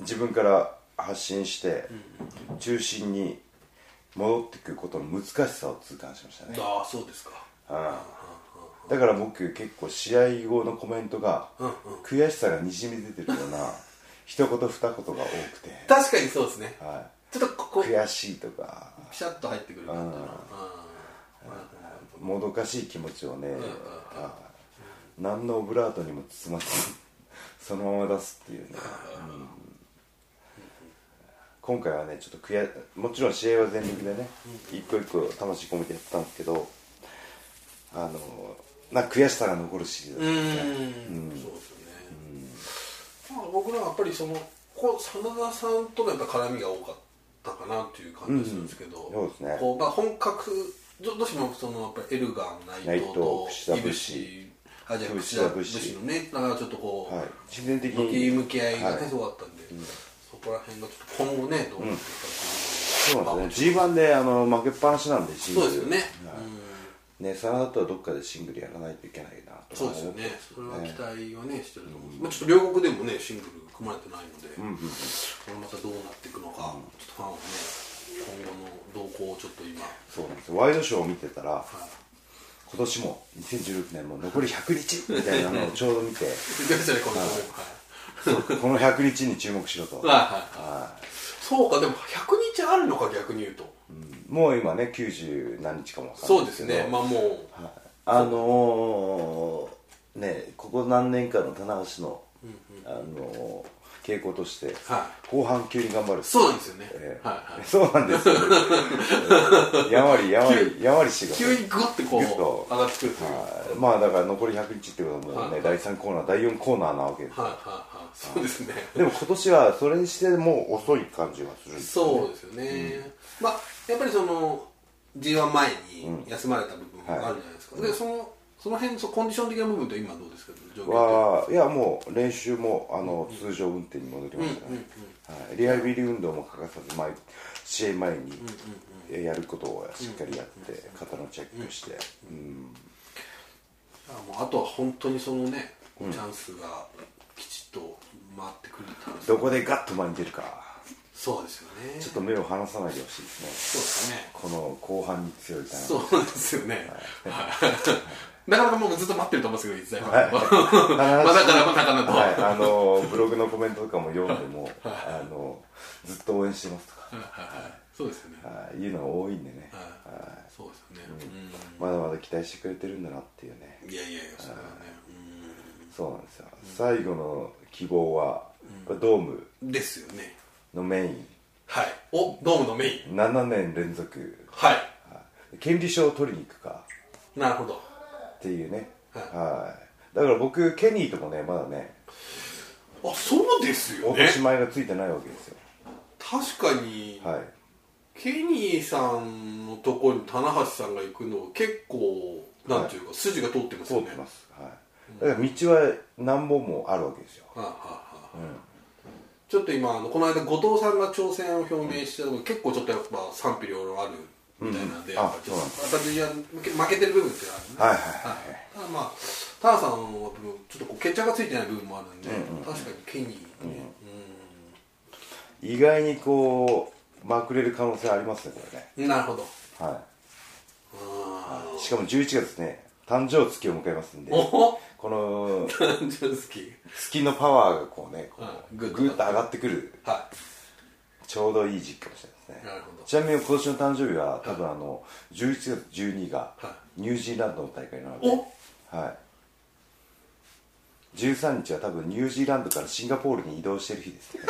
S1: 自分から発信して、中心に戻ってくることの難しさを痛感しましたね
S2: ああそうですか
S1: だから僕結構試合後のコメントが悔しさがにじみ出てるような一言二言が多くて、
S2: 確かにそうですね
S1: は
S2: ちょっとこ
S1: い、
S2: こピ
S1: 悔しいとか
S2: シャッと入ってくる感じの
S1: もどかしい気持ちをね、はい、何のオブラートにも包まずそのまま出すっていうね、うん今回はねちょっと悔やもちろん試合は全力でね、一個一個魂込めてやったんですけどあのなんか悔しさが残るシリーズ
S2: う
S1: だったで
S2: ん
S1: すね、
S2: うんそうですよねまあ僕らはやっぱりそのこう真田さんとのやっぱ絡みが多かったかなっていう感じがするんですけど、
S1: うんそうですね
S2: こうまあ本格どどうしてもそのやっぱりエルガン内藤と
S1: 内藤
S2: イ
S1: 櫛田
S2: ブ
S1: 武士
S2: シあじゃあ
S1: 櫛
S2: 櫛
S1: 田
S2: 田
S1: 武
S2: 武
S1: 士
S2: 士のねなんかちょっとこう、
S1: はい、自然的
S2: 向き
S1: に
S2: 向き合いがね、
S1: はい
S2: すごかったんで、そこら辺がちょっと今後ねどうなっていく
S1: そう
S2: かっていうのが
S1: なんですね G1 であの負けっぱなしなんでシング
S2: そう
S1: ル
S2: ですよね、
S1: はい
S2: うん
S1: ね真田とはどっかでシングルやらないといけないなと
S2: そう
S1: は
S2: です
S1: 思
S2: よ
S1: ってますけどね
S2: ねそれは期待はねしてると思うんです、まあ、ちょっと両国でもねシングル組まれてないので、これまたどうなっていくのか、ちょっとファンはね今後の動向をちょっと今
S1: そうなんですよワイドショーを見てたら、今年も2016年も残り100日みたいなのをちょうど見て
S2: 言ってましたねこの人も
S1: この100日に注目しろと、
S2: はい、はいはいはいそうかでも100日あるのか逆に言うと、
S1: もう今ね90何日かもわかんな
S2: そ
S1: いう
S2: ですねまあもう、
S1: あのーねここ何年かの棚橋の、あのー傾向として、
S2: は
S1: 後半急に頑張る
S2: そうなんですよね、
S1: ええ
S2: はいはい
S1: そうなん ですよ、ええやわりやわりやわりしが
S2: 急にグッてこ
S1: グッと
S2: う上がってくるという
S1: はいまあだから残り100日ってことはもうね、
S2: はい
S1: 第3コーナー第4コーナーなわけですよ、
S2: はいはいはいそうですね
S1: でも今年はそれにしてもう遅い感じがするんですよね
S2: そうですよね、まあやっぱりその G1 前に休まれた部分もあるじゃないですか、でそのその辺そのコンディション的な部分って今どうですか状況
S1: は
S2: って
S1: いやもう練習もあの、通常運転に戻りましたね、はい、リハビリ運動も欠かさず毎試合前にえやることをしっかりやって、肩のチェックして、うん
S2: あもうあとは本当にそのね、チャンスがきちっと回ってくるた
S1: どこでガッと前に出るか
S2: そうですよね
S1: ちょ
S2: そ
S1: っ
S2: う
S1: と目を離さないでほしいですね
S2: ですね
S1: この後半に強いかな
S2: そうですよね、 はい、なかなかもうずっと待ってると思うんですけどいつだか
S1: ま
S2: まだかなまだかなと
S1: はい、あのブログのコメントとかも読んでもあのずっと応援してますとか
S2: そうですよね、はい
S1: はいいうのが多いんでね、
S2: そうですよね、うん
S1: まだまだ期待してくれてるんだなっていうね
S2: いやいやいやそれはね、
S1: そうなんですよ、最後の希望は、ドーム
S2: うん、ですよね
S1: のメイ
S2: はいおドームのメイ
S1: ン
S2: ン
S1: 7年連続
S2: はい
S1: 権利書を取りに行くか
S2: なるほど
S1: っていうね
S2: はい
S1: はいだから僕ケニーともねまだね
S2: あそうですよ
S1: 落
S2: ね
S1: とし前がついてないわけですよ
S2: 確かに、
S1: はい
S2: ケニーさんのとこに棚橋さんが行くの結構なんていうか、筋が通ってます
S1: 通
S2: よ
S1: っ
S2: ね
S1: てます、はい、だから道は何本もあるわけですよ
S2: はいはいはいちょっと今あのこの間後藤さんが挑戦を表明したのが結構ちょっとやっぱ賛否両論あるみたいなんで、
S1: うん
S2: やっ
S1: あ
S2: ぱちょっ
S1: そう
S2: と
S1: なんで
S2: 私は負け負けてる部分っていうのはあるんで
S1: はいはい
S2: ただまあタナさんは僕ちょっとこう決着がついてない部分もあるんで、確かにケニーね、
S1: 意外にこうまくれる可能性ありますねこれね
S2: うんなるほど
S1: は
S2: あ
S1: いしかも11月ね誕生月を迎えますんで
S2: ーおっ
S1: この
S2: 誕生月
S1: 月のパワーがこうねこ
S2: う
S1: うんグ
S2: グ
S1: ッ
S2: ッ
S1: と
S2: と
S1: 上がってくる
S2: は
S1: ちょうどいい時期かもしれないです
S2: な
S1: ね
S2: るほど
S1: ちなみに今年の誕生日は多分あの11月12日が
S2: は
S1: ニュージーランドの大会なので、
S2: お
S1: はい、13日は多分ニュージーランドからシンガポールに移動してる日ですね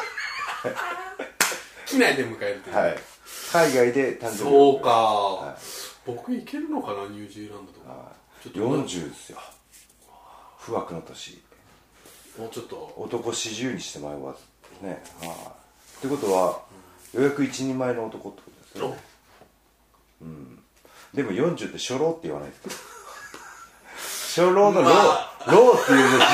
S2: 機内で迎えるという、
S1: はい海外で誕生日を
S2: そうか、僕行けるのかなニュージーランドとか、ちょっと
S1: 40ですよ不惑の年
S2: もうちょっと
S1: 男四十にして迷わずねはいってことはようやく一人前の男ってことですよねでも40って初老って言わないですけど初老の老、
S2: ま
S1: 老っていうのじ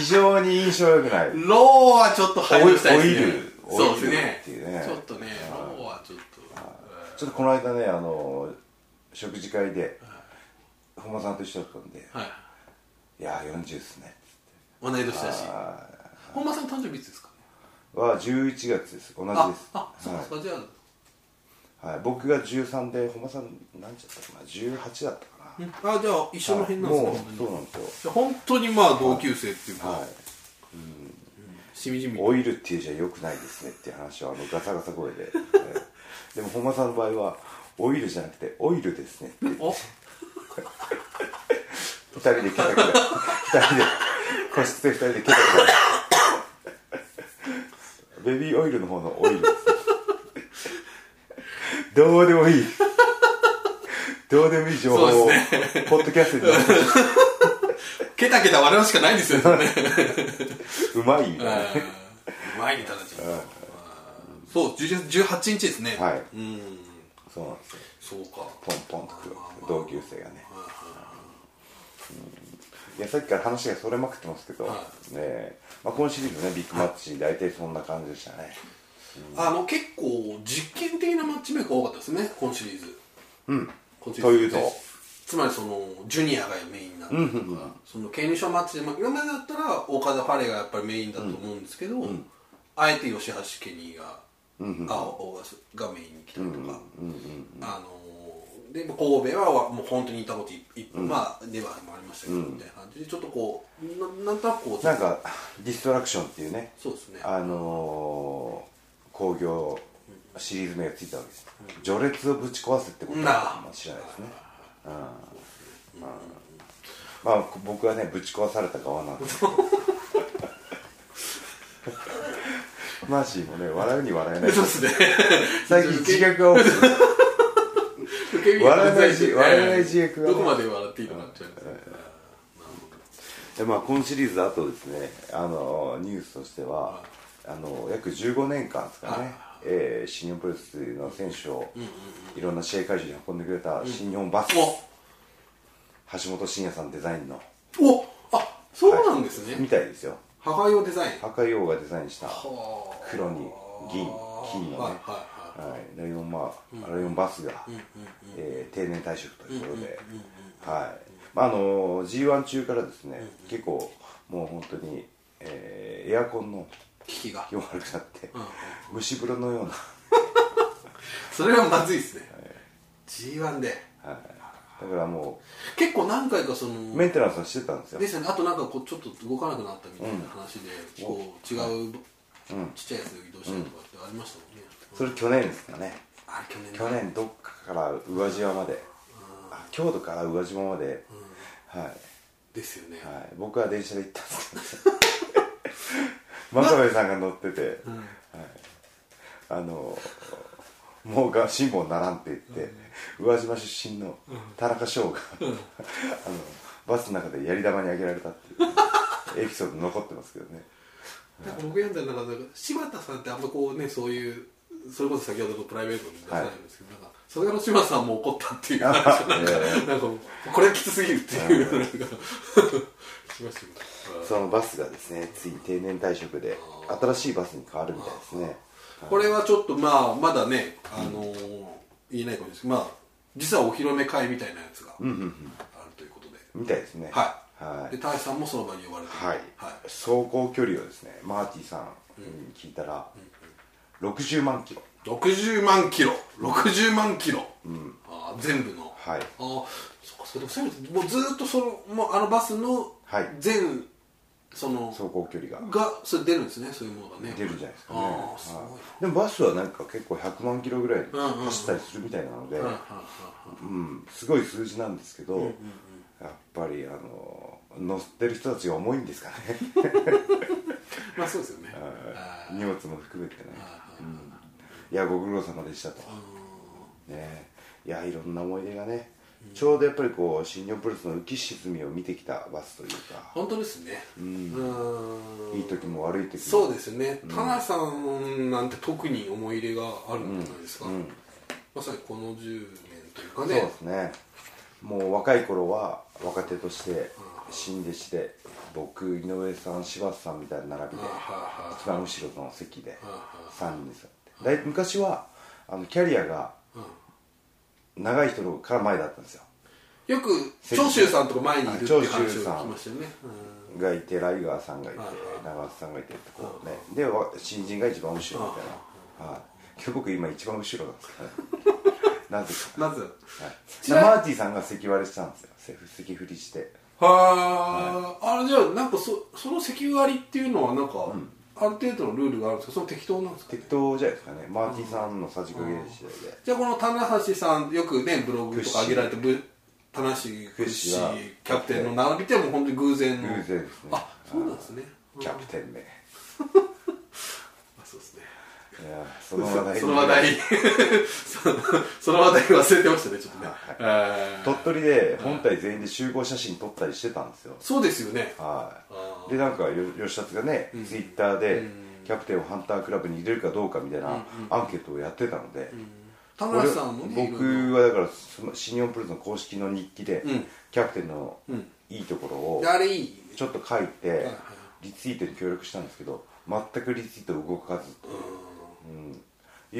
S1: 非常に印象良くない
S2: ローはちょっと配慮したいですね
S1: オイル
S2: そうで
S1: オイ
S2: す
S1: ル
S2: ね
S1: っていうね
S2: ちょっとねローはちょっ
S1: ちょっとこの間ねあの食事会で本間さんと一緒だったんで
S2: とはい
S1: 「いやー40っすね
S2: 同い年だし本間さん誕生日いつですかね」
S1: は11月です同じ
S2: あ
S1: です
S2: あそうですか、じゃあ
S1: はい、はい、僕が13で本間さん何時だったかな18だったかな
S2: あじゃあ一緒の辺なんです
S1: も
S2: か、
S1: うそうなんですよ
S2: 本当にまあ同級生っていうか、
S1: はい、
S2: しみじみ
S1: オイルっていうじゃ良くないですねっていう話はあのガサガサ声で、えーでも本間さんの場合はオイルじゃなくてオイルですねって言って
S2: お
S1: 二人でケタケタ二人で個室で二人でケタケタベビーオイルの方のオイルですどうでもいいどうでもいい情報を、
S2: そうで
S1: ポッドキャストで
S2: ケタケタ笑うしかない ですよね
S1: うまいみたいな
S2: あーうまいねただちゃんあーそう10 18日ですね
S1: はい
S2: うん
S1: そうなんですよ
S2: そうか
S1: ポンポンと来るわけ同級生がね、うんいやさっきから話がそれまくってますけど、
S2: は
S1: ね
S2: い
S1: えまあ、今シリーズねビッグマッチ大体そんな感じでしたね、
S2: あの結構実験的なマッチメイクが多かったですね今シリーズ
S1: うん
S2: 今シリ
S1: と
S2: ーズ
S1: いうと
S2: つまりそのジュニアがメインになったとか、その権利賞マッチで、まあ、今までだったら岡田ファレがやっぱりメインだと思うんですけど、あえて吉橋ケニーが、あおがメインに来たりとか、あのーでまあ神戸はもう本当にいたこと一本、まあではもありましたけど、みたいな感じでちょっとこうななんとなくこう
S1: なんかディストラクションっていうね
S2: そうですね
S1: あのー、工業シリーズ名がついたわけです、序列をぶち壊すってことは
S2: なあ
S1: まあ知らないですね、うんうんまあ僕はねぶち壊された側なんですけどマーシーもね笑うに笑えない
S2: そうですね
S1: 最近自虐が多く て
S2: 受け身が
S1: 笑えないし
S2: えー
S1: 笑えない自虐が
S2: どこまで笑っていいのかっていうね
S1: でまあ、今シリーズあとですねあのニュースとしてはあの約15年間ですか
S2: は
S1: ね
S2: い、
S1: えー新日本プロレスの選手をいろんな試合会場に運んでくれた新日本バス、橋本真也さんデザインの
S2: おおあそうなんですね、
S1: みたいですよ
S2: 母用デザイン
S1: 赤い王がデザインした
S2: はあ
S1: 黒に銀金のね、
S2: はい
S1: は
S2: はい
S1: いライオンまあライオンバスが、えー定年退職ということで、はいまああの g 1中からですね、結構もう本当に、えーエアコンの
S2: 機器が
S1: 気温悪くなって、蒸し風呂のような
S2: それはまずいですね、G1 で
S1: だからも
S2: 結構何回かそうの
S1: メンテナンスはしてたんですよ
S2: ですよねあとなんかこうちょっと動かなくなったみたいな話で、こう違う、ちっちゃいやつ移動したりとかってありましたもんね、
S1: それ去年ですかね
S2: あれ去年だ
S1: 去年どっかから宇和島まで、あ京都から宇和島まで、はい、
S2: ですよね、
S1: はい、僕は電車で行ったんですけど真壁さんが乗ってて、はい、あのもうが辛抱ならんって言って、宇和島出身の田中翔が、あのバスの中でやり玉にあげられたっていうエピソード残ってますけどね
S2: なんか僕読んだ中で柴田さんってあんまこうねそういうそれこそ先ほどのプライベートに出さないんですけど、なんかそれから柴田さんも怒ったっていう話がなんか
S1: いやいや
S2: なんかこれはきつすぎるっていうなんかしましたけど
S1: そのバスがですねつい定年退職で新しいバスに変わるみたいですね
S2: これはちょっとまあまだね、あのー言えないかもしれないですけどまあ実はお披露目会みたいなやつがあるということで、
S1: みたいですね
S2: はい、
S1: はい
S2: で大志さんもその場に呼ばれて
S1: はい走行距離をですねマーティさんに聞いたら60万キロ
S2: 60万キロ60万キロ、あー全部の、
S1: はい
S2: ああそっかそれでもせめてもうずーっとそのもうあのバスの
S1: はい
S2: 全、その
S1: 走行距離が
S2: がそれ出るんですねそういうものがね
S1: 出るんじゃないですかね
S2: ああすごいな、
S1: はいでもバスはなんか結構100万キロぐらい走ったりするみたいなので
S2: はいはいはい
S1: うんすごい数字なんですけどやっぱりあの乗ってる人たちが重いんですかね
S2: まあそうですよねあー
S1: 荷物も含めてね
S2: あー
S1: いやご苦労様でしたと、ねえいやいろんな思い出がね、ちょうどやっぱりこう新日本プロレスの浮き沈みを見てきたバスというか、
S2: 本当ですねうんーん
S1: いい時も悪い時も
S2: そうですね、田中さんなんて特に思い入れがあるんじゃないですか、まさにこの10年というか
S1: そう
S2: ね
S1: ですねもう若い頃は若手として新弟子で僕井上さん柴田さんみたいな並びで
S2: あは
S1: 一番後ろの席で
S2: あ
S1: 3人で座ってだい昔はあのキャリアが
S2: うん
S1: 長い人のから前だったんですよ
S2: よく長州さんとか前にいるっていう話を
S1: 長州さん
S2: 聞きましたよね
S1: がいてライガーさんがいて
S2: はい
S1: 長瀬さんがいてってこうねでわ新人が一番後ろみたいなはい今日僕今一番後ろなんですけど ねなぜ
S2: うんなぜ
S1: かはい
S2: ち
S1: で
S2: な
S1: マーティさんが席割れしたんですよせ席振りして
S2: はあ、あれじゃあなんかそその席割りっていうのはなんか、ある程度のルールがあるんですけどそれ適当なんですか
S1: 適当じゃないですかねマーティさんのさじ加減次第で
S2: じゃあこの棚橋さんよくねブログとか上げられてぶ棚橋
S1: ク
S2: ク
S1: ッ
S2: ッ
S1: シ
S2: シ
S1: ーは
S2: ーキャプテンの並びてもう本当に偶然の
S1: 偶然ですね
S2: あそうなんですね
S1: キャプテンね
S2: あそうですね
S1: いやそ
S2: そ
S1: の話題に
S2: の話題そその話題 忘れてましたねちょっとね、えー
S1: 鳥取で本体全員で集合写真撮ったりしてたんですよ
S2: そうですよね
S1: はいでなんかよ吉達がねツイッターでキャプテンをハンタークラブに入れるかどうかみたいなアンケートをやってたので
S2: 田
S1: 俺
S2: 村さんもね
S1: 僕はだからその新日本プロレスの公式の日記で
S2: うん
S1: キャプテンのいいところを
S2: いろいろあれいい
S1: ちょっと書いてリツイートに協力したんですけど全くリツイート動かずうんい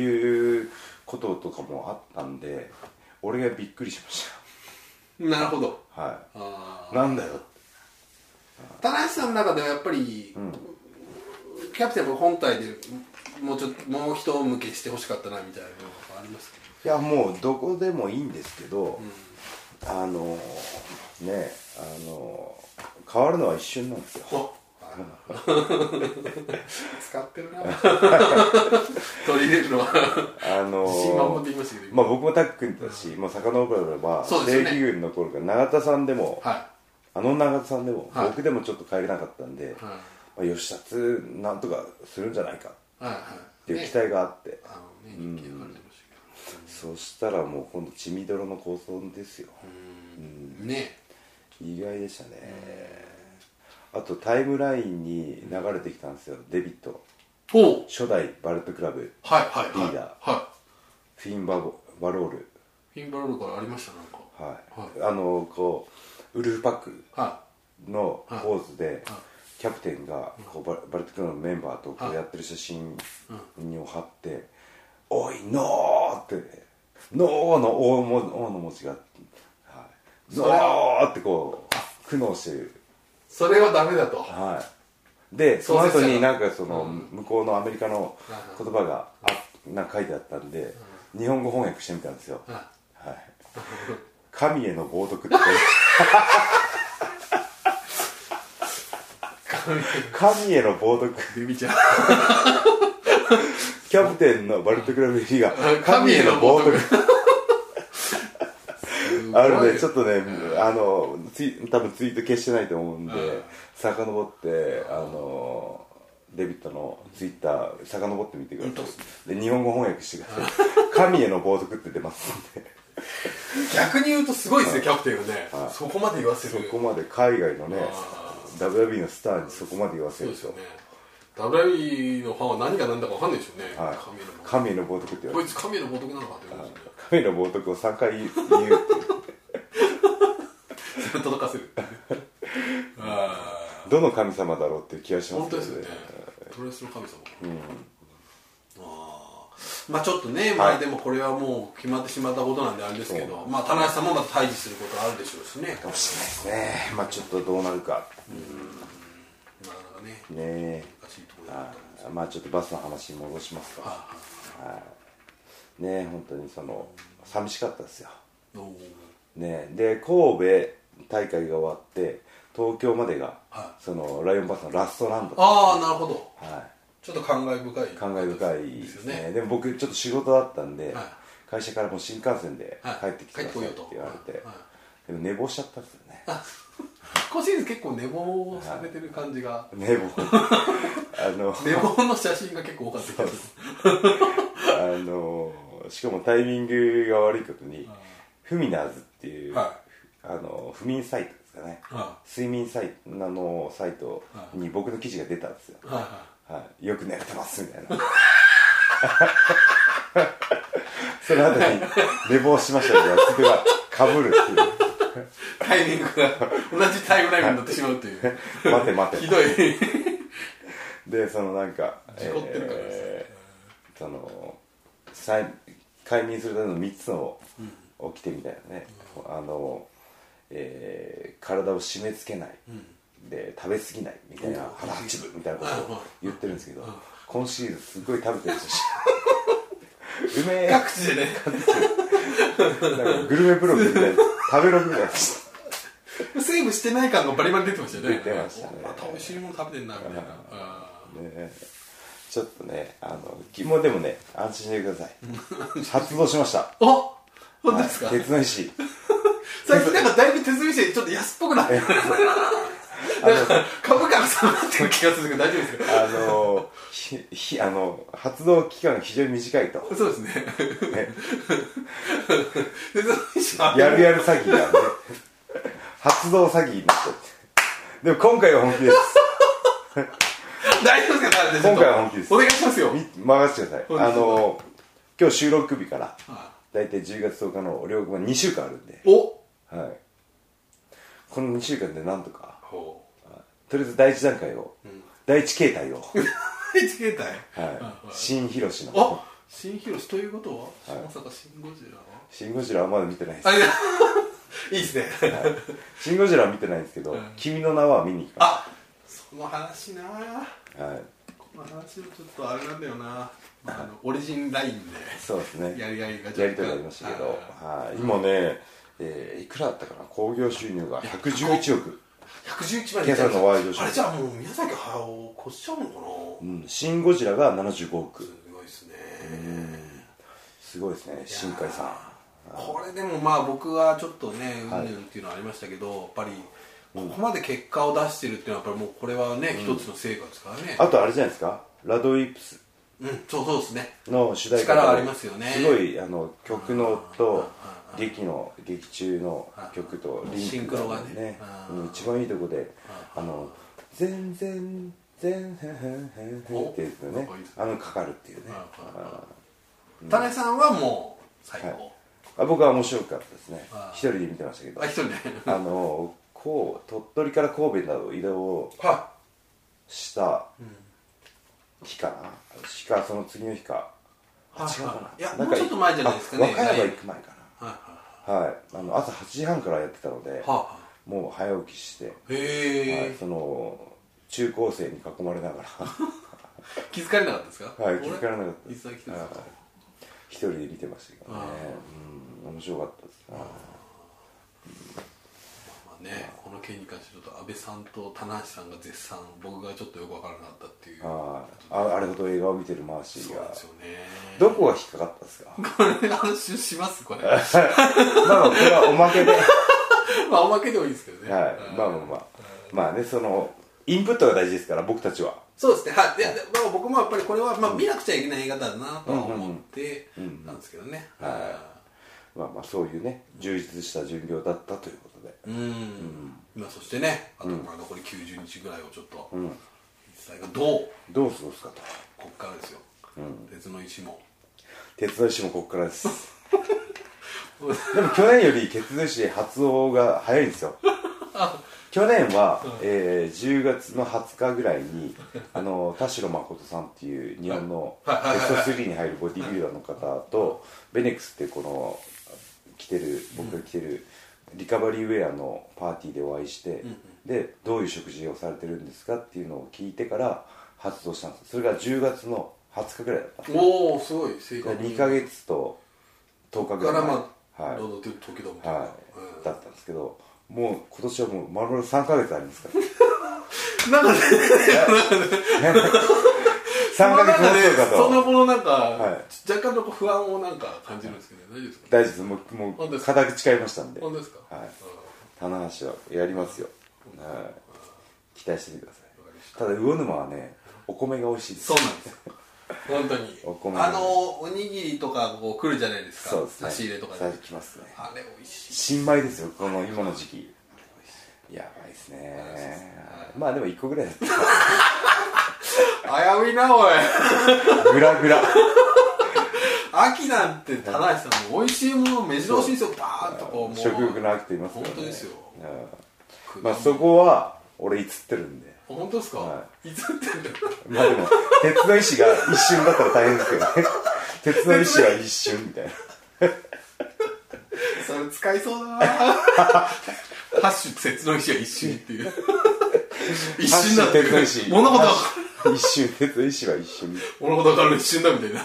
S1: うこととかもあったんで俺がびっくりしまし
S2: なるほど
S1: た は
S2: あ
S1: いなんだよ
S2: ー田中さんの中ではやっぱり、キャプテンも本体でもうちょっともう一向けしてほしかったなみたいなのがありますけど
S1: いやもうどこでもいいんですけど、あのねあの変わるのは一瞬なんですよ
S2: お使っ てるな取り入れるのは
S1: あの
S2: 自信満々で言いましたけど、
S1: まあ僕もタックンだし、もう遡れば
S2: そうで
S1: 正
S2: すよね
S1: 規軍の頃から永田さんでも、
S2: は
S1: あの永田さんでも、
S2: はい
S1: 僕でもちょっと帰れなかったんで、
S2: いは
S1: まあ、吉達なんとかするんじゃないかっ
S2: いはいはい
S1: ていう期待があって、
S2: あのね人気上がれてましたけど、
S1: そしたらもう今度血みどろの構想ですよ、
S2: ね
S1: 意外でしたね、あとタイムラインに流れてきたんですよデビット
S2: お
S1: 初代バルトクラブ
S2: はいはいはい
S1: リーダ
S2: は
S1: フィンバボバロール、
S2: いフィンバルールからありましたなんか
S1: はいあのこうウルフパック
S2: は
S1: のポーズでキャプテンがこうババルトクラブのメンバーとこうやってる写真を貼って「おいノー!」って「ノー!」の「お」も「お」の文字が「はい、ノ
S2: れ
S1: ー!」ってこう苦悩してる
S2: いそれはダメだと
S1: はい、でそ
S2: そう
S1: の
S2: です
S1: 後
S2: よ
S1: になんかその向こうのアメリカの言葉があなんか書いてあったんで日本語翻訳してみたんですよ
S2: はい
S1: はい「神への冒涜」って神への冒涜
S2: ビビちゃん
S1: キャプテンのバルトクラブリーが
S2: ん
S1: 神への冒涜
S2: すごい
S1: あるねちょっとねあのツイ多分ツイート消してないと思うんで遡ってあのデビットのツイッター遡ってみてくだ
S2: 本当っす
S1: さいで日本語翻訳してください「神への冒涜」って出ますんで
S2: 逆に言うとすごいですねキャプテンがねそこまで言わせ
S1: そ
S2: る
S1: こまで海外のね
S2: あ
S1: WB のスターにそこまで言わせ
S2: そ
S1: る
S2: うで
S1: ですしょ
S2: よね WWE のファンは何が何だか分かんないでしょうね
S1: はい
S2: 神の冒
S1: 神への冒涜って言わ
S2: 涜こ
S1: れ
S2: い
S1: て
S2: つ神の冒涜なのかって感じで
S1: 神への冒涜を3回言う言うっていう
S2: それ届かせる ああ
S1: どの神様だろうっていう気がしま
S2: 本
S1: すけ
S2: 当
S1: ど
S2: ですよね
S1: ね
S2: プロレスの神様あーまあちょっとね、まあでもこれはもう決まってしまったことなんであれですけど、まあ、田中さんもまた対峙することあるでしょうしね、
S1: かもしれないですねまあちょっとどうなるか
S2: なかなか
S1: ね
S2: ね、
S1: え
S2: 難しいところだ
S1: あ
S2: と思う
S1: ーまあちょっとバスの話に戻しますか
S2: あ
S1: はいねえ本当にその寂しかったですよ
S2: どうも
S1: ねえで神戸大会が終わって東京までが、
S2: は
S1: そのライオンバスのラストランド、は
S2: ああ、なるほど、
S1: い、
S2: ちょっと感慨深い、
S1: 感慨深い
S2: で
S1: ですす
S2: よ
S1: ね
S2: ね、
S1: でも僕ちょっと仕事だったんで、
S2: はい
S1: 会社からもう新幹線で
S2: はい
S1: 帰ってきてくださいって言われて、
S2: はい
S1: でも寝坊しちゃったんですよね
S2: 今シーズン結構寝坊されてる感じが、
S1: 寝坊あの
S2: 寝坊の写真が結構多かったです
S1: あのしかもタイミングが悪いことにフミナーズっていう、
S2: は
S1: あの不眠サイトですかね
S2: は
S1: 睡眠サイトあのサイトに僕の記事が出たんですよ、
S2: いは
S1: はい、よく寝れてますみたいな その後に寝坊しましたけどそれはかぶるっ
S2: いタイミングが同じタイムラインになってしまうと いう、
S1: ていう待て待て
S2: ひどい、
S1: でそのなんか
S2: 事故ってるからですね
S1: えーそのさい快眠するための3つの起きてみたいなね、あの、えー体を締め付けない、で食べ過ぎないみたいな腹八分みたいなことを言ってるんですけど、今シーズンすごい食べてるん ですようめえ
S2: 各地でね、
S1: なんかグルメブログみたいな食べログみたいな
S2: セーブしてない感がバリバリ出てましたよね
S1: 出てましたね
S2: また美味しいもの食べてんなみたいなあ
S1: ねちょっとねあの肝でもね安心してください発動しました
S2: あ本当ですか、
S1: 鉄の石
S2: 最近なんかだいぶ手積みしてちょっと安っぽくなってる なんか株価が下がってる気がするけど大丈夫ですか
S1: あのひひあの発動期間が非常に短いと
S2: そうですね。 で、その
S1: やるやる詐欺がね発動詐欺になっちゃってでも今回は本気です
S2: 大丈夫ですか大丈夫です
S1: 今回は本気です
S2: お願いしますよ。
S1: み任せてください
S2: はい
S1: あの今日収録日から
S2: は
S1: 大体10月10日の両国は2週間あるんで、
S2: お
S1: はい、この2週間でなんとかとりあえず第一段階を、第一形 態を、
S2: 第一形態。
S1: はい、新広島
S2: あ新ヒロシということは、まさか新ゴジラは
S1: シン・ゴジラはまだ見てないです
S2: あ、いや、 いいですね。
S1: シン・ゴジラは見てないんですけど、
S2: うん
S1: 君の名は見に行きま
S2: あその話な
S1: すはい
S2: この話はちょっとあれなんだよな。あの、オリジンライン
S1: そうですね
S2: で、やり合いが
S1: やりとりありましたけど、はい、今ね、えーいくらだったかな興行収入が111億
S2: 111万
S1: 計算のワイドショー
S2: あれじゃあもう宮崎駿を越しちゃうのかな
S1: うん、シン・ゴジラが75億
S2: すごいですね
S1: すごいですね新海さん
S2: これでもまあ僕はちょっとねうんぬんっていうのはありましたけど、やっぱりここまで結果を出してるっていうのはやっぱりもうこれはね、一つの成果ですからね
S1: あとあれじゃないですかラドウィップス
S2: うんそうそうですね
S1: の主題歌
S2: 力ありますよね
S1: すごいあの曲のと劇の劇中の曲とリンク
S2: シンクロがね
S1: うん一番いいとこであの「全然全然っていうのね
S2: おなんかいいですね
S1: あのかかるっていうね
S2: 田中さんはもう最高、
S1: はいあ僕は面白かったですね
S2: あー
S1: 一人で見てましたけど
S2: あ一人で
S1: あのこう鳥取から神戸など移動
S2: は
S1: した日かな日かその次の日かあ
S2: はい
S1: 違うか
S2: い
S1: な
S2: や
S1: なん
S2: もうちょっと前じゃないですかね
S1: あ和歌山行く前か
S2: いはい
S1: なはいあの朝8時半からやってたので
S2: はあ
S1: もう早起きして、
S2: へえ、
S1: はい、その中高生に囲まれ なが
S2: 気づかれなかったですから
S1: はい気づかれなかった
S2: いつだけ来てたんですか
S1: はい一人で見てましたけどねうん面白かったですね
S2: まあね、この件に関してちょっと安倍さんと棚橋さんが絶賛僕がちょっとよく分からなかったっていう
S1: はいああれほど映画を見てるマーシ
S2: そ
S1: ー
S2: うなん
S1: が
S2: ですよね
S1: どこが引っかかったですか ま
S2: これ話しますこれ
S1: あこれはおまけで
S2: まあおまけでもいいですけどね、
S1: はい、まあまあまあ、まあね、そのインプットが大事ですから、僕たちは。
S2: そうですねはいいやでまあ、僕もやっぱりこれは、まあ、見なくちゃいけない映画だなとは思ってたんですけどねは
S1: まあまあ、そういうね、充実した巡業だったということで、
S2: いうんまあそしてねあとまあ残り90日ぐらいをちょっと実際がどう
S1: どう過ごすかと。
S2: こっからですよ鉄の石も
S1: 鉄の石もここからです。でも去年より鉄の石発音が早いんですよ。去年は、えー10月の20日ぐらいにあの田代誠さんっていう日本のベ
S2: はいはいはいは
S1: ス
S2: い
S1: ト3に入るボディビルダーの方とベネックスってこの着てる僕が着てるリカバリーウェアのパーティーでお会いしてでどういう食事をされてるんですかっていうのを聞いてから発動したんですそれが10月の20日ぐらいだった
S2: おおすごい正
S1: 2ヶ月と10日ぐ
S2: から
S1: い
S2: ら
S1: 前
S2: まあ、
S1: はい
S2: 労働という時だもんね、
S1: はい、だったんですけどもう今年はもう丸々3ヶ月あります から
S2: うんなんかね、
S1: 3ヶ月放
S2: なんかね
S1: 送だ
S2: その
S1: と
S2: ものなんか、
S1: はい
S2: 若干のこう不安をなんか感じるんですけど、大丈夫ですか
S1: 大丈夫ですもうも
S2: 本当で
S1: う
S2: すか
S1: 固く誓いましたんで
S2: 本当ですか
S1: はい
S2: うん
S1: 棚橋はやりますよ、はい、期待しててくださ
S2: わかりまし
S1: いただ魚沼はねお米が美味しいです
S2: たそうなんですよ本当に
S1: お米
S2: あのおにぎりとかこう来るじゃないですか
S1: そうですね
S2: 差し入れとかで
S1: さ来ますね
S2: あれ美味しい
S1: 新米ですよこの今の時期やばいですねまあでも1個ぐらいだっ
S2: 危ういなおい
S1: たグラグラ
S2: 秋なんて田中さんも美味しいもの目白押しですよバーンとこうもう
S1: 食欲の秋と言いますからね
S2: 本当ですよ
S1: うんまあそこは俺いつってるんで
S2: 本当ですか、、
S1: はい
S2: つってんだよ
S1: まあでも、 鉄の意志が一瞬だったら大変ですけど ね。鉄の意志は一瞬みたいな。
S2: それ使いそうだなハッシュ鉄の石は一瞬っていう一瞬だって
S1: 鉄の意志。
S2: 物事が
S1: 一瞬、鉄の意志は一瞬。
S2: 物事が変わるの一瞬だみたいな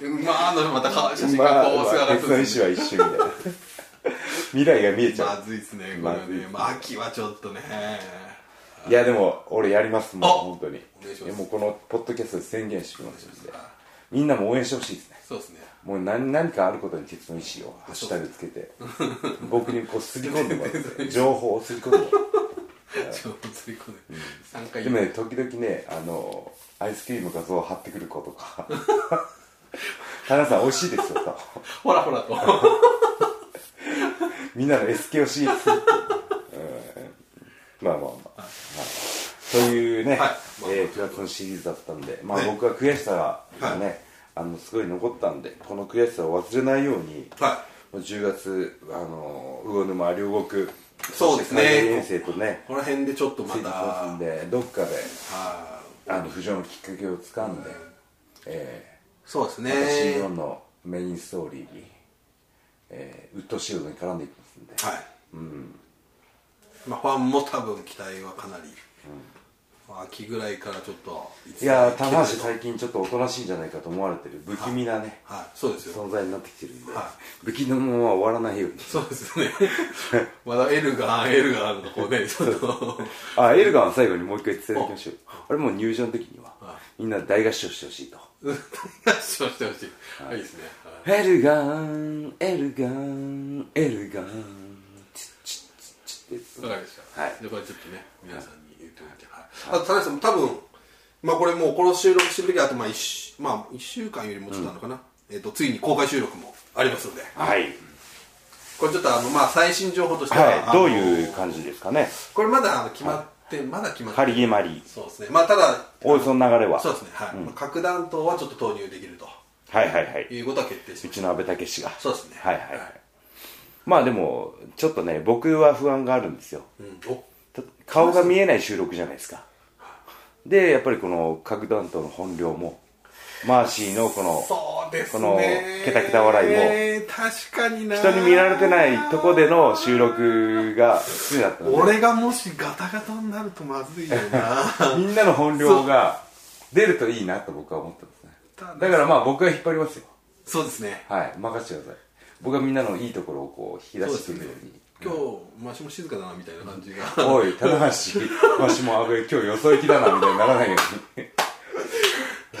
S2: うまーのまたか写真
S1: ま
S2: が
S1: あ
S2: こう、すぐ上
S1: まあ、
S2: がって
S1: 鉄
S2: く
S1: の
S2: る
S1: 意志は一瞬みたいな。未来が見えちゃ
S2: ま
S1: う。
S2: ずいっすねこれは
S1: まずいっ
S2: ね
S1: すね
S2: まあ秋はちょっとね
S1: いやでも俺やりますもう
S2: あ
S1: 本当に
S2: お願いします
S1: もうこのポッドキャストで宣言してきますんでみんなも応援してほしいですね
S2: そうですね
S1: もう何何かあることに鉄の意志をハッシュタグつけて僕にこうすり込んでもらって情報をすり込ん でもらって
S2: ちょっとつり込んで3回
S1: でもね時々ねあのアイスクリーム画像を貼ってくる子とか田中さん美味しいですよと
S2: ほらほらと
S1: みんなの SKOC です、うん、まあまあまあ、はい、というね、
S2: はい
S1: えー、9月のシリーズだったんで、まあ、
S2: ね
S1: 僕は悔しさがね、あのすごい残ったんでこの悔しさを忘れないように、
S2: は
S1: もう10月あの魚沼両国
S2: そうです
S1: そして
S2: ね
S1: 海外遠征とね
S2: いこの辺でちょっとま
S1: ついて
S2: た
S1: きますんでどっかで
S2: は
S1: あの浮上のきっかけをつかんで、え
S2: いそうですね
S1: ー、シードンのメインストーリーに、えー、ウッドシールドに絡んでいきますんで
S2: はい、まあ、ファンも多分期待はかなり、秋ぐらいからちょっと
S1: いやー
S2: た
S1: 玉橋最近ちょっとおとなしいんじゃないかと思われてる不気味なね、
S2: はいそうですよ
S1: 存在になってきてるんで、
S2: は
S1: 不気味のまま終わらないように
S2: そうですね まだエルガンエルガンのこう ねちょっと
S1: あエルガンは最後にもう一回伝えておきましょうあれもう入場の時にはみんな大合唱してほしいと
S2: 合唱してほしい、い、いですね、はい
S1: エルガンエルガンエルガンチッチッチッチッって
S2: わかりました。
S1: はい
S2: じゃあこれちょっとね、皆さんに言っておいて。はい。あと、田中さんも多分、まあこれもうこの収録してる時はあとまあ一週、まあ一週間よりもちょっとあるのかな。えっと、ついに公開収録もありますので、
S1: はい、
S2: これちょっとあの、まあ最新情報としては、あ
S1: はい、
S2: の
S1: どういう感じですかね
S2: これまだあの決まって、まだ決まって、
S1: 仮決まり
S2: そうですね。まあただ、
S1: おおよその流れは
S2: そうですね。はい。まあ核弾頭はちょっと投入できると
S1: はいはいはい
S2: いうことは決定し
S1: う
S2: まし
S1: ちの阿部武史が
S2: そうですね
S1: はいはいはい、
S2: はい
S1: まあでもちょっとね僕は不安があるんですよ
S2: た。うん。お
S1: た顔が見えない収録じゃないですかでやっぱりこの核弾頭の本領もマーシーのこの
S2: そうですね。
S1: このケタケタ笑いも
S2: も。確かにな。
S1: 人に見られてないとこでの収録が好きだったので
S2: 俺がもしガタガタになるとまず いよな
S1: みんなの本領が出るといいなと僕は思ってますね
S2: ただ
S1: だからまあ僕が引っ張りますよ
S2: そうですね
S1: はい任せてください僕はみんなのいいところをこう引き出してくるように
S2: 今日マシも静かだなみたいな感じが
S1: おい棚橋わしも阿部今日よそ行きだなみたいにならないように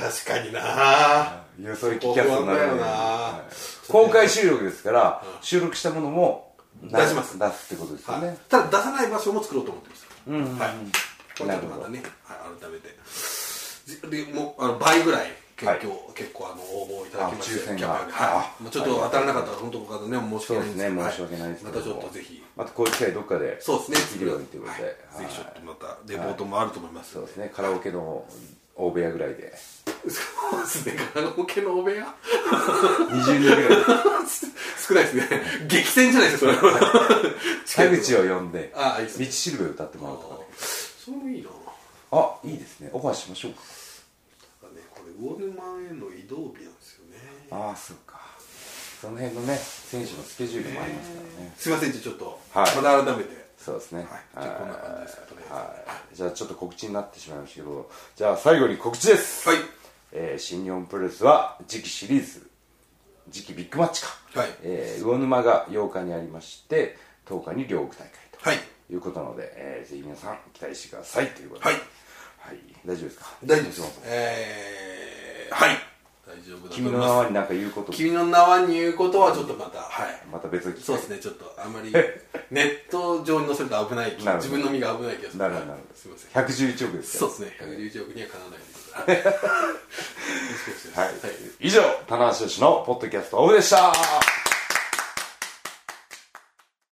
S2: 確かにな
S1: よそ行きキャストになる
S2: そこ不安だよな
S1: はい公開収録ですから、収録したものもな
S2: 出します
S1: 出すってことですよね、
S2: ただ出さない場所も作ろうと思ってますはいこれ
S1: な
S2: ちょっと
S1: るほ
S2: ま
S1: ど
S2: たね、はい、改めてじでもうあの倍ぐらい結構,、結構あの応募いただきまし
S1: あ抽
S2: て
S1: 選が
S2: キャパが
S1: あ
S2: はい、まあ、ちょっと当たらなかったら本当他とね申し
S1: そう
S2: 訳
S1: で
S2: ない
S1: す
S2: んですけど
S1: ね申し訳ないですけ
S2: は
S1: ども
S2: いまたちょっとぜひ
S1: またこういう機会どっかで
S2: そうです
S1: きる
S2: ね
S1: ようにということで、
S2: は
S1: はい
S2: ぜひちょっとまたレポートもあると思います、
S1: そうですねカラオケの大部屋ぐらいで
S2: そうですね カラオケのお部屋
S1: 20人ぐらいで
S2: 少ないですね激戦じゃないですかそれは
S1: 田 口を呼んで
S2: ああいいっす
S1: 道しるべを歌ってもらうとかね
S2: それもいいな
S1: あいいですねオファーしましょうか
S2: ただねこれ魚沼への移動日なんですよね
S1: ああそうかその辺のね選手のスケジュールもありますからね
S2: すいませんじゃあちょっと、
S1: はい
S2: また改めて
S1: そうですね、
S2: はいじゃあこんな感じですかとりあ
S1: はい、じゃあちょっと告知になってしまいましたけどじゃあ最後に告知です、
S2: はい
S1: えー新日本プロレスは次期シリーズ次期ビッグマッチか、
S2: はい
S1: えー魚沼が8日にありまして10日に両国大会
S2: はい
S1: ということなので、えーぜひ皆さん期待してくださいということで、
S2: はい
S1: はい大丈夫ですか
S2: 大丈夫ですえー、はい大丈夫だと思
S1: 君
S2: い
S1: の名
S2: ます
S1: はになんか言うこと
S2: 君の名はに言うことはちょっとまたはい
S1: また別の機会
S2: そうですねちょっとあ まりネット上に載せると危ない気
S1: なるほど
S2: 自分の身が危ない気がする
S1: なるほどなるほど
S2: すいません
S1: 111億ですか
S2: そう
S1: ら
S2: ですね111億にはかなわないです はいよろしくお願いします
S1: はい、以上棚橋宏のポッドキャストオフでした